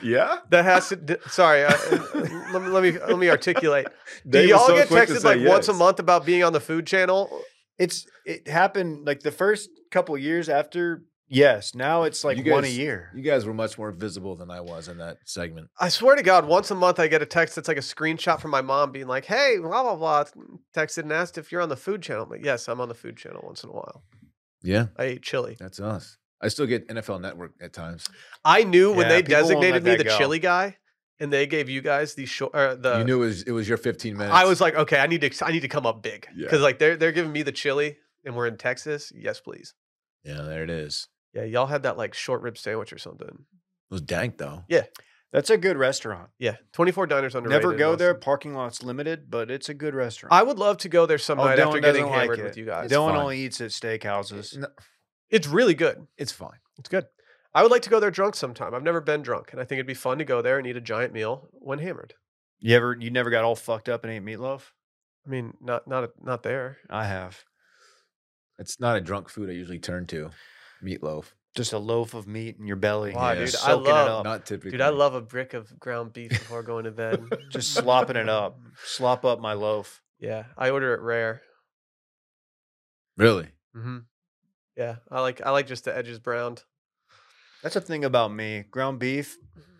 yeah.
that has to? d- Sorry, uh, let, me, let me let me articulate. Do
Dave was
y'all
so
get
quick to
texted
say
like once a
yes.
month about being on the Food Channel?
It's it happened like the first couple years after. Yes. Now it's like
You
one a
guys-
year.
You guys were much more visible than I was in that segment.
I swear to God, once a month I get a text that's like a screenshot from my mom being like, "Hey, blah blah blah," texted and asked if you're on the Food Channel. I'm like, yes, I'm on the Food Channel once in a while.
Yeah,
I eat chili.
that's us. I still get NFL Network at times.
I knew when
Yeah,
they
people won't
designated
let
me
that
the
go.
chili guy, and they gave you guys the short or the.
you knew it was it was your 15 minutes.
I was like, okay, I need to I need to come up big
Yeah.
because like they're they're giving me the chili, and we're in Texas. Yes, please.
yeah, there it is.
Yeah, y'all had that like short rib sandwich or something.
It was dank though.
That's a good restaurant.
Yeah, twenty four diners underrated.
Never
in
go there.
Austin.
Parking lot's limited, but it's a good restaurant.
I would love to go there some
Oh,
night after
Dylan
getting
doesn't like
hammered
it.
with you guys. Mm.
It's
no one
fine.
only eats at steakhouses.
No,
It's really good.
it's fine.
It's good. I would like to go there drunk sometime. I've never been drunk, and I think it'd be fun to go there and eat a giant meal when hammered.
You ever you never got all fucked up and ate meatloaf?
I mean, not not not there.
I have.
It's not a drunk food I usually turn to. Meatloaf,
Just a loaf of meat in your belly.
Wow,
dude,
just
I
soaking
love-
it up.
not typically.
Dude, I love a brick of ground beef before going to bed.
Just slopping it up. Slop up my loaf.
Yeah, I order it rare.
Really,
hmm Yeah, I like I like just the edges browned.
That's a thing about me. Ground beef,
Mm-hmm.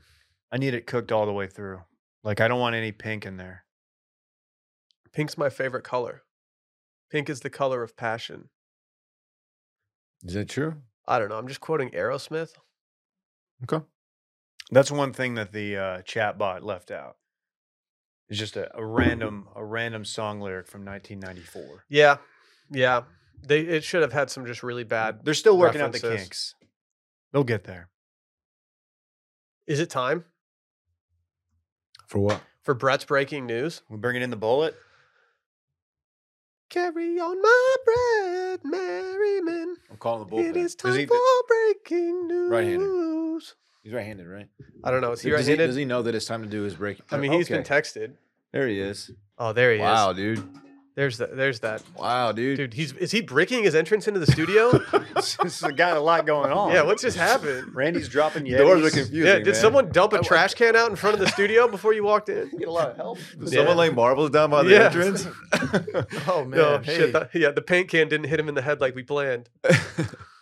I need it cooked all the way through. Like I don't want any pink in there.
Pink's my favorite color. Pink is the color of passion.
is that true?
I don't know. I'm just quoting Aerosmith.
Okay.
That's one thing that the uh, chat bot left out. It's just a, a random a random song lyric from 1994.
Yeah, yeah. They it should have had some just really bad.
Uh, They're still working out the
References.
kinks. They'll get there.
Is it time
For what?
for Brett's breaking news?
We bring it in the bullet.
Carry on my bread, Merriman.
I'm calling the bullpen.
It is
Does
time
he-
for breaking news.
Right-handed. He's right-handed, right?
I don't know. Is he
does, he,
right-handed?
does he know that it's time to do his break? Uh,
I mean, he's been
Okay.
texted.
there. He is.
Oh, there he
wow,
is.
dude.
There's that. There's that.
Wow, dude.
Dude, he's is he breaking his entrance into the studio?
this has got a lot going on.
yeah, what just happened?
Randy's dropping Yetis.
Doors are confusing.
Yeah, did
man.
someone dump a
I-
trash can out in front of the studio before you walked in?
get a lot of help? Did
Yeah.
someone lay marbles down by the
Yeah.
entrance?
oh man.
No, shit. that- yeah, the paint can didn't hit him in the head like we planned.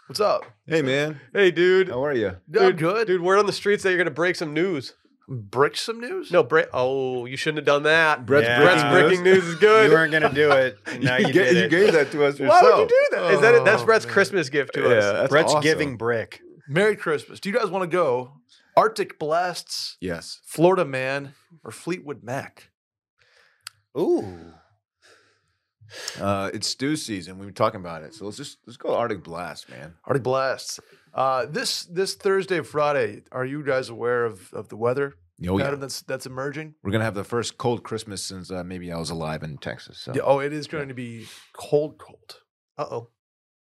What's up? Hey man,
Hey, dude.
how are you?
Dude,
I'm good.
Dude, word on the streets that you're gonna break some news.
Break some news?
No, break. Oh, you shouldn't have done that.
Brett's
Yeah.
Brett's
Breaking
breaking news is good.
You weren't gonna do it. and now you,
you,
did
ga- you
it.
gave that to us
Why
yourself.
would you do that? Is that it? That's
Oh,
Brett's
man.
Christmas gift to
yeah,
us.
that's
Brett's
awesome.
giving brick.
Merry Christmas. Do you guys want to go Arctic Blasts,
Yes.
Florida Man, or Fleetwood Mac?
Ooh.
Uh, it's stew season. We were talking about it, so let's just let's go Arctic Blast, man.
Arctic Blasts. Uh, this this Thursday, Friday, are you guys aware of, of the weather
Oh, yeah.
pattern that's that's emerging?
We're gonna have the first cold Christmas since uh, maybe I was alive in Texas. So.
Yeah, oh, it is going to be cold, cold.
Uh oh.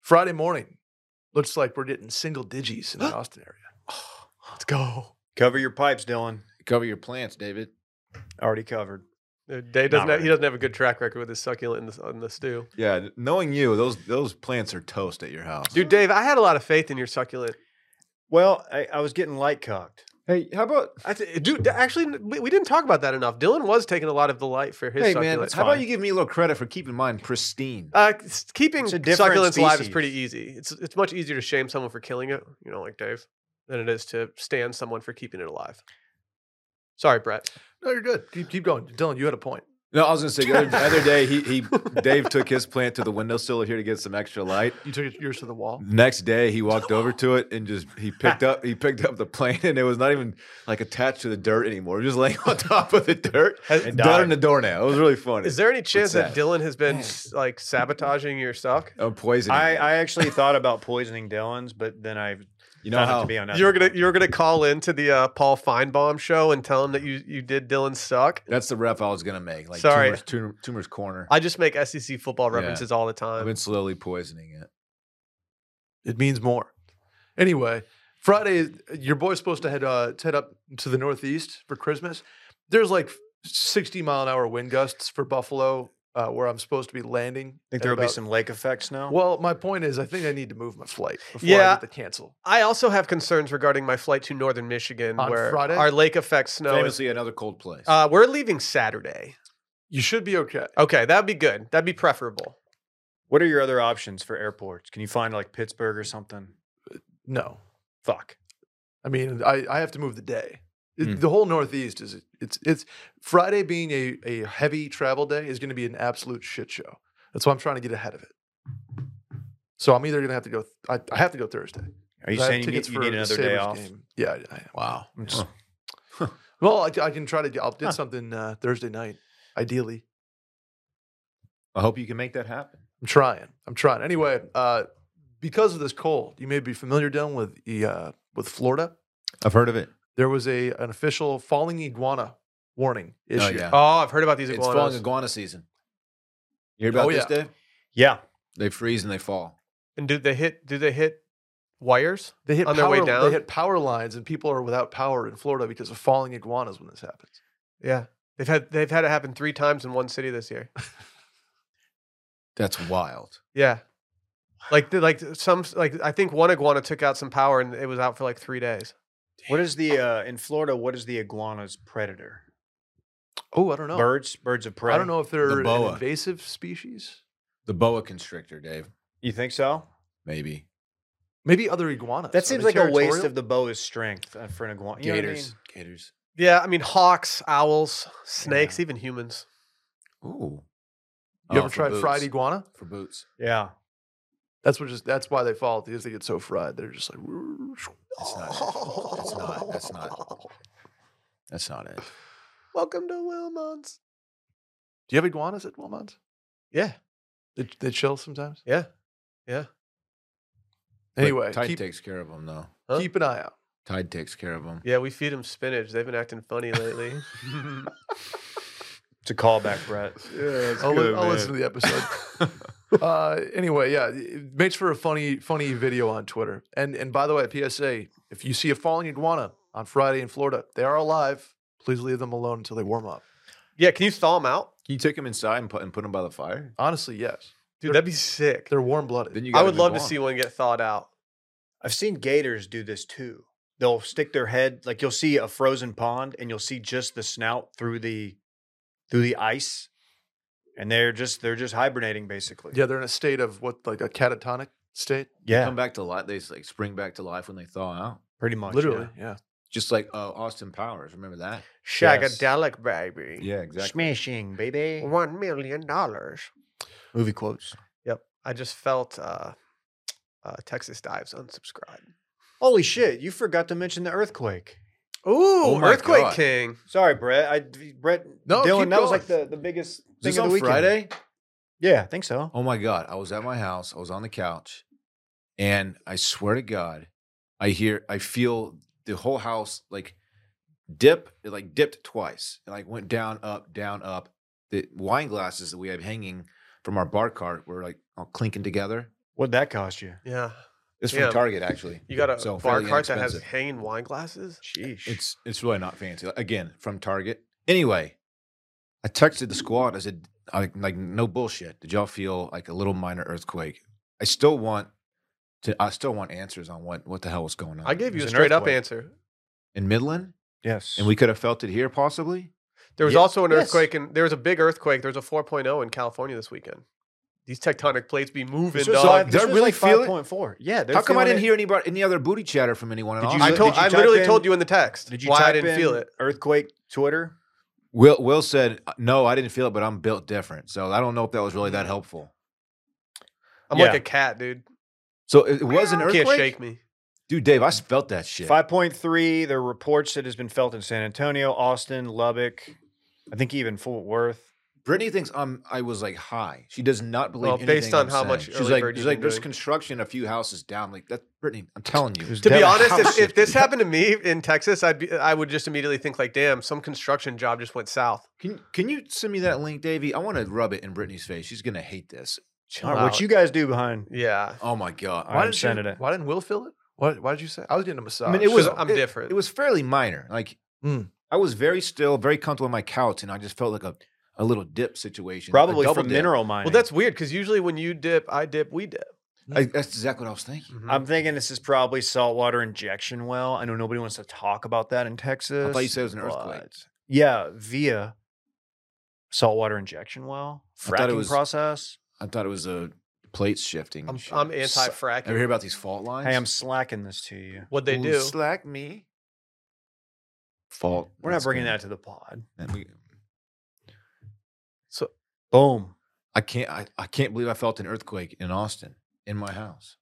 Friday morning, looks like we're getting single digits in the Austin area.
Let's go.
Cover your pipes, Dylan.
Cover your plants, David.
Already covered.
Uh, Dave doesn't.
Not
Have, he
really.
doesn't have a good track record with his succulent in the, on the stew.
Yeah, th- knowing you, those those plants are toast at your house.
Dude, Dave, I had a lot of faith in your succulent.
Well, I, I was getting light cocked.
Hey, how about
I th- dude, th- actually, n- we, we didn't talk about that enough. Dylan was taking a lot of the light for his
hey man,
succulent.
how
fine.
about you give me a little credit for keeping mine pristine?
Uh, s- keeping
It's a different
succulents alive is
species.
pretty easy. It's it's much easier to shame someone for killing it, you know, like Dave, than it is to stand someone for keeping it alive. Sorry, Brett.
No, you're good. Keep, keep going. Dylan, you had a point.
No, I was gonna say the other, the other day he, he Dave took his plant to the windowsill here to get some extra light.
You took yours to the wall.
Next day he walked over to it and just he picked up he picked up the plant and it was not even like attached to the dirt anymore. It was just laying on top of the dirt.
Has-
It
Dirt
died.
on the doornail. It was really funny.
Is there any chance that?
that?
Dylan has been s- like sabotaging your stock?
I'm poisoning.
I,
it.
I actually thought about poisoning Dylan's, but then I
you know
found it
how
to be on
You were gonna you were gonna call into the uh, Paul Feinbaum show and tell him that you you did Dylan's suck.
that's the rep I was gonna make. Like
Sorry.
Tumor's, tumor, tumor's corner. I,
I just make SEC football
Yeah.
references all the time.
have been slowly poisoning it.
It means more. Anyway, Friday, your boy's supposed to head uh, to head up to the Northeast for Christmas. there's like 60 mile an hour wind gusts for Buffalo, uh, where I'm supposed to be landing.
Think
at
there will be
about-
some lake effects now.
Well, my point is, I think I need to move my flight before I
Yeah.
get to cancel.
I also have concerns regarding my flight to northern Michigan,
On
where
Friday?
our lake effect snow. Is,
Famously, another cold place.
uh, we're leaving Saturday.
You should be okay.
Okay, that'd be good. That'd be preferable.
What are your other options for airports? Can you find like Pittsburgh or something?
No,
Fuck.
I mean, I, I have to move the day. It-
Hmm.
The whole Northeast is it's it's Friday being a, a heavy travel day is going to be an absolute shit show. That's why I'm trying to get ahead of it. So I'm either going to have to go. I, I have to go Thursday.
Are you
I have
saying you need,
tickets
you
for
need
the
another day
Sabres
off?
game. Yeah. I, I,
wow.
I'm just-
well, I, I can try to. do- I'll do
Huh.
something uh, Thursday night, ideally.
I hope you can make that happen.
I'm trying. I'm trying. Anyway, uh, because of this cold, you may be familiar, Dylan, with the, uh, with Florida.
I've heard of it.
There was a an official falling iguana warning issued.
yeah.
Oh, I've heard about these
It's
iguanas.
falling iguana season. You hear about
Oh,
this,
yeah.
Dave?
Yeah.
They freeze and they fall.
and do they hit? Do they hit wires?
They hit
On their
power,
way
They
down?
hit power lines, and people are without power in Florida because of falling iguanas when this happens.
Yeah, they've had they've had it happen three times in one city this year.
That's wild.
Yeah, like the- like some like I think one iguana took out some power and it was out for like three days.
What is the uh, in Florida? What is the iguana's predator?
Oh, I don't know.
Birds, birds of prey.
I don't know if they're an
boa.
invasive species.
The boa constrictor, Dave.
You think so?
Maybe.
Maybe other iguanas.
That
Are
seems
they
like a waste
territorial?
of the boa's strength uh, for an iguana. You know what I
Gators.
mean?
Gators.
Yeah, I mean hawks, owls, snakes, even humans.
Ooh.
You
Oh,
ever
for
tried fried
boots.
iguana?
for boots?
Yeah.
That's what just. That's why they fall because they get so fried. They're just like.
That's not it. That's not- that's not- That's not it.
Welcome to Wilmont's.
Do you have iguanas at Wilmot's?
Yeah,
They, they chill sometimes.
yeah.
But
Anyway,
Tide
keep,
takes care of them though.
huh?
keep an eye out.
Tide takes care of them.
Yeah, we feed them spinach. They've been acting funny lately.
It's a callback, Brett.
I'll, li- I'll listen to the episode. uh, anyway, yeah, it makes for a funny, funny video on Twitter. And and by the way, PSA: if you see a falling iguana on Friday in Florida, they are alive. Please leave them alone until they warm up.
yeah, can you thaw them out,
Can you take them inside and put and put them by the fire?
Honestly, yes,
dude? That'd be sick.
they're warm blooded.
Then you.
I
gotta
would
move
love to
on.
see one get thawed out.
I've seen gators do this too. They'll stick their head like you'll see a frozen pond and you'll see just the snout through the through the ice. And they're just they're just hibernating basically.
Yeah, they're in a state of what, like a catatonic state,
Yeah.
Come back to life. They like spring back to life when they thaw out.
pretty
Oh,
much.
literally. Yeah.
Just like uh, Austin Powers. Remember that?
Shagadelic, baby.
Yeah,
Yeah.
exactly.
Smashing, baby.
One million dollars.
Movie quotes.
I just felt uh, uh, Texas Dives unsubscribe.
Holy shit, you forgot to mention the earthquake.
Ooh,
my
Earthquake
God.
King.
Sorry, Brett. I Brett
No,
Dylan,
keep
that was
going.
like the, the biggest
Is
thing of
this
the
on
weekend.
Friday?
Yeah, I think so.
Oh my God. I was at my house. I was on the couch. And I swear to God, I hear, I feel the whole house like dip. It like dipped twice. It like went down, up, down, up. The wine glasses that we have hanging from our bar cart were like all clinking together.
What'd that cost you?
Yeah,
It's from
Yeah.
Target, actually.
you got a
So,
bar
fairly
cart that has
inexpensive.
hanging wine glasses.
Sheesh.
It's it's really not fancy. Like, Again, from Target. Anyway, I texted the squad. I said, I, like, no bullshit. Did y'all feel like a little minor earthquake? I still want to. I still want answers on what what the hell was going on.
I gave you a
an
straight up
earthquake.
answer.
in Midland,
yes.
and we could have felt it here, possibly.
There was
Ye-
also an
yes.
earthquake, and there was a big earthquake. There was a 4.0 in California this weekend. These tectonic plates be moving,
This was
dog.
like,
They're
this was
really
like
feeling-
5.4. Yeah. they're
How come I
feeling
didn't
it.
hear anybody any other booty chatter from anyone at
Did
all?
you
I
li-
told.
did you
I
type
literally
in-
told you in the text
Did you
why
type
I didn't
in
feel it.
Earthquake Twitter.
Will Will said, "Uh, "No, I didn't feel it, but I'm built different." So I don't know if that was really that helpful.
I'm like
Yeah.
a cat, dude.
So it, it was an earthquake,
Can't shake me.
dude. Dave, I felt that shit.
Five point three. There are reports that has been felt in San Antonio, Austin, Lubbock. I think even Fort Worth.
Brittany thinks I'm. I was like high. She does not believe.
Well,
anything
based on
I'm
how
saying.
much
she's
early
like,
bird
she's
you've
like,
been
there's
doing.
construction a few houses down. Like that's Brittany. I'm telling you.
To be
Devin,
honest,
how
if,
shit
if this
do you-
happened to me in Texas, I'd be, I would just immediately think like, damn, some construction job just went south.
Can Can you send me that link, Davey? I want to rub it in Brittany's face. She's gonna hate this.
Chill
All right, what
out.
you guys do behind?
Yeah,
Oh my god.
I'm
did
sending
you,
it.
Why didn't Will feel it? What, why did you say? I was getting a massage.
I mean, it was.
I'm
it-
different.
It was fairly minor. Like
Mm.
I was very still, very comfortable on my couch, and I just felt like a, a little dip situation. a
Probably
double
from
dip.
mineral mining.
Well, that's weird because usually when you dip, I dip, we dip.
I, that's exactly what I was thinking.
I'm thinking this is probably saltwater injection well. I know nobody wants to talk about that in Texas.
I thought you said it was an earthquake.
but- Yeah, via saltwater injection well,
I thought it
fracking
was-
process.
I thought it was a plate shifting.
I'm,
and shit.
I'm
So-
anti-fracking.
Ever hear about these fault lines?
Hey, I'm slacking this to you.
what they
Ooh,
do.
Slack me.
fault.
We're not bringing that to the pod.
that. We,
Boom.
I can't. I, I can't believe I felt an earthquake in Austin in my house.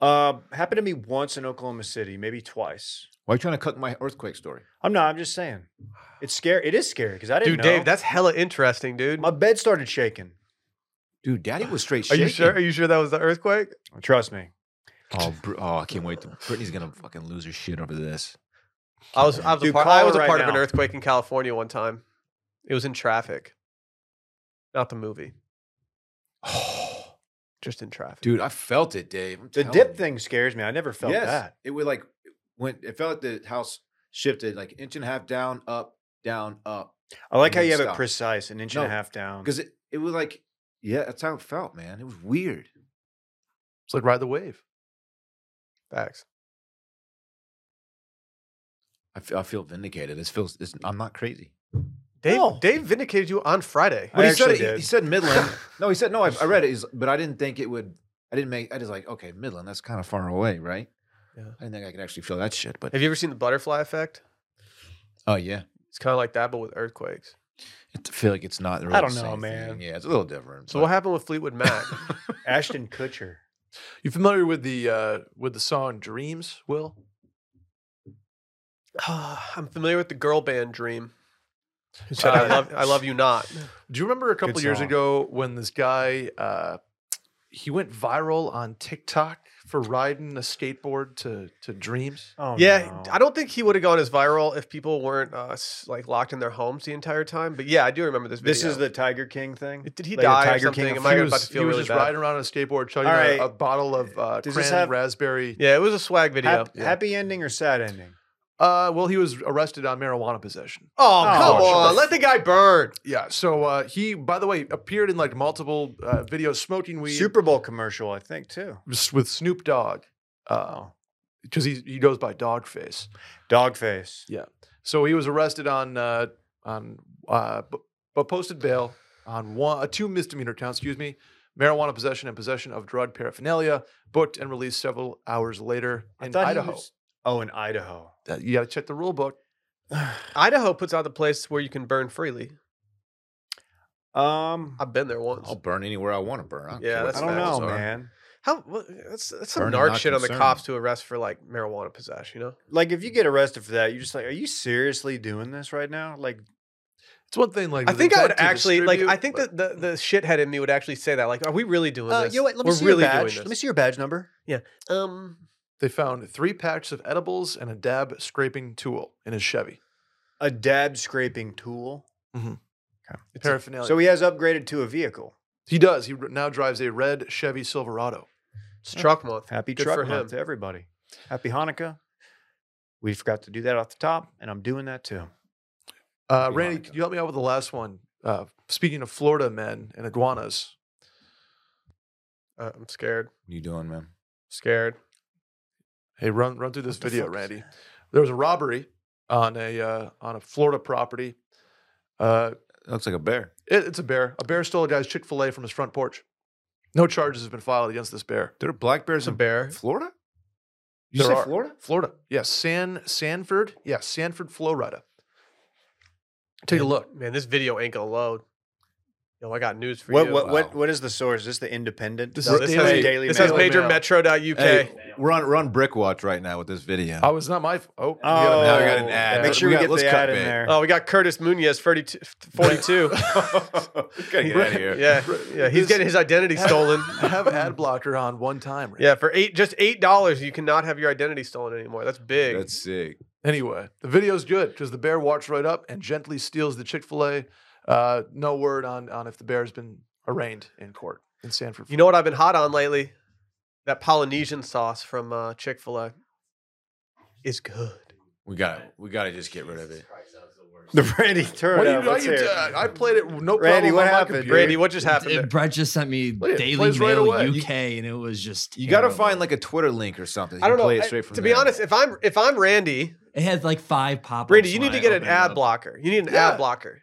Uh, happened to me once in Oklahoma City, maybe twice.
Why are you trying to cut my earthquake story?
I'm not. I'm just saying, it's scary. It is scary because I didn't
Dude,
know.
Dave, that's hella interesting, dude.
my bed started shaking.
Dude, Daddy was straight.
Are
Shaking.
you sure? Are you sure that was the earthquake?
Trust me.
Oh, Br- oh, I can't wait. To, Brittany's gonna fucking lose her shit over this.
I was I was
Dude,
a part,
call
I
her
was a
right
part of an
now.
earthquake in California one time. It was in traffic. Not the movie. Just in traffic.
Dude, I felt it, Dave. I'm
The
telling
dip
you.
thing scares me. I never felt
yes,
that.
it would like went. It felt like the house shifted like inch and a half down, up, down, up.
I like how
then
you have it
stop.
precise, an inch and
No,
a half down.
Because it, it was like, yeah, that's how it felt, man. It was weird.
It's like ride the wave.
Facts.
I feel, I feel vindicated. This feels. It's, I'm not crazy.
Dave
No.
Dave vindicated you on Friday.
I
he said
actually
it- he- he,
did.
said Midland. no, he said no. I, I read it, he's- but I didn't think it would. I didn't make. I just like okay, Midland. That's kind of far away, right?
Yeah.
I didn't think I could actually feel that shit. But
Have you ever seen the butterfly effect?
oh yeah,
It's kind of like that, but with earthquakes.
I feel like it's not. Really
I
the
don't know,
same thing.
man.
Yeah, it's a little different.
So
but-
what happened with Fleetwood Mac?
Ashton Kutcher.
You familiar with the uh, with the song Dreams, Will?
I'm familiar with the girl band Dream.
Uh,
I love I love you not.
Do you remember a couple years
song.
ago when this guy uh, he went viral on TikTok for riding a skateboard to to Dreams?
Oh,
yeah,
no.
I don't think he would have gone as viral if people weren't uh, s- like locked in their homes the entire time. But yeah, I do remember this. Video.
This is the Tiger King thing.
Did he
like the
die or
Tiger
something?
King
Am
of
I
he
about
was,
to feel
he was
really
just
bad?
riding around on a skateboard, chugging
All
a-
right.
a, bottle of uh,
Does
cran
this have-
raspberry.
Yeah, it was a swag video.
Hap-
Yeah.
Happy ending or sad ending?
Uh, well, he was arrested on marijuana possession.
Oh,
Oh,
come
shut the
on! Let the guy burn.
Yeah. So uh, he, by the way, appeared in like multiple uh, videos smoking weed
Super Bowl commercial, I think too.
s- with Snoop Dogg, because he he goes by Dogface.
Dog face.
So he was arrested on uh, on uh, bu- but posted bail on one uh, two misdemeanor counts. Excuse me, marijuana possession and possession of drug paraphernalia. Booked and released several hours later in
he
Idaho.
was- oh, in Idaho.
Uh, you got to check the rule book.
Idaho puts out the place where you can burn freely.
Um,
I've been there once.
I'll burn anywhere I want to burn. I don't
Yeah,
care what
that's
I
the
don't
facts
know,
are.
man.
How? Well, that's that's some
Burning
narc
not
shit on the
concerned.
cops to arrest for like marijuana possession. You know?
Like, if you get arrested for that, you're just like, are you seriously doing this right now? Like,
It's one thing like
I
with
think I would
intent to
actually like. I
distribute,
think
but-
that the, the shithead in me would actually say that. Like, are we really doing
uh,
this?
yo, wait, let me
We're
see
really
your badge.
doing
Let me
this.
see your badge number.
Um,
They found three packs of edibles and a dab scraping tool in his Chevy.
A dab scraping tool.
paraphernalia.
So he has upgraded to a vehicle.
he does. He r- now drives a red Chevy Silverado.
it's truck month.
Happy
Good
truck
for
month
him.
to everybody. Happy Hanukkah. We forgot to do that off the top, and I'm doing that too.
Uh,
Happy
Randy,
Hanukkah.
can you help me out with the last one? Uh, speaking of Florida men and iguanas,
Uh, I'm scared.
What are you doing, man?
Scared.
hey, run run through this
What the
video,
fuck is
Randy. There was a robbery on a uh, on a Florida property. Uh,
It looks like a bear.
it- it's a bear. A bear stole a guy's Chick Fil A from his front porch. No charges have been filed against this bear.
There are black bears
It's a
in
bear.
Florida. You
There
say
are.
Florida?
Florida, yes, San Sanford, yes, Sanford, Florida. Take a
Man,
look.
Man, this video ain't gonna load. Yo, I got news for
What
you.
what what
Wow.
what is the source? Is this the Independent?
This
No,
is
this
Daily-
has,
Daily
this
Mail.
has major
Mail.
metro.uk.
Hey, we're on, we're on Brick Watch right now with this video.
I was not my. f- Oh, we got an
Oh,
now we
ad.
got an ad.
Make
Yeah.
sure
We
we
got-
get
let's
the
cut
ad in
big.
there.
Oh, we got Curtis Munoz, 32, 42.
Gotta get out of here.
yeah, yeah, he's
This-
getting his identity stolen.
Have ad blocker on one time. Randy.
Yeah, for eight, just eight dollars, you cannot have your identity stolen anymore. That's big.
That's sick.
Anyway, the video's good because the bear walks right up and gently steals the Chick Fil A. Uh, no word on on if the bear's been arraigned in court in Sanford.
you know what I've been hot on lately? That Polynesian sauce from uh, Chick Fil A is good.
We got to we got to just get rid of it.
The Randy
What do you,
Turner.
what
Let's
you,
hear it.
uh, I played it with no
Randy,
problem
what
on my
happened?
computer.
Randy, what just happened?
It,
there?
Brett just sent me
Look at it,
Daily
plays right
Mail
away. You-
UK, and it was just
You got to
terrible.
find like a Twitter link or something. You
I don't
can
know.
Play
I-
it straight from
to be
there.
honest, if I'm if I'm Randy,
It had like five pop-ups.
Randy, you need
when
to
I
get an
opened it
ad
up.
blocker. You need an
Yeah.
ad blocker.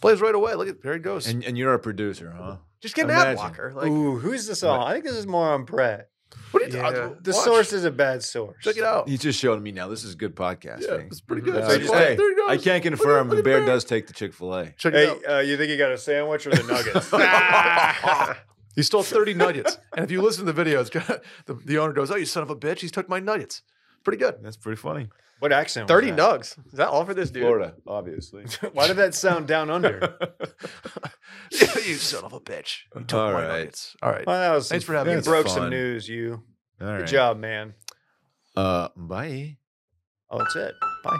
Plays right away. Look at there it goes.
and, and you're a producer, huh?
Just get an ad
Imagine.
blocker. Like
Ooh, who's this on? I think this is more on Brett.
what are you
Yeah.
talking
The
watch.
source is a bad source.
Check it out.
He's just showing me now. This is good podcasting.
Yeah, it's pretty good.
Uh,
Check it
just-
out.
hey,
There it goes.
I can't
Look at-
confirm
look
the
at
bear
that.
does take the Chick Fil A.
Check it
Hey,
out.
uh, you think you got a sandwich or the nuggets?
he stole 30 nuggets. And if you listen to the video, it's got, the, the owner goes, Oh, you son of a bitch. He's took my nuggets. Pretty good.
That's pretty funny.
what accent? was
thirty
that?
nugs. Is that all for this dude?
Florida, obviously.
Why did that sound down under?
you son of a bitch. You took
All
my
right.
nuggets. All right.
Well, that was some-
Thanks for having
you
me.
broke
Fun.
some news, you.
All right.
Good job, man.
Uh, bye.
Oh, that's it. Bye.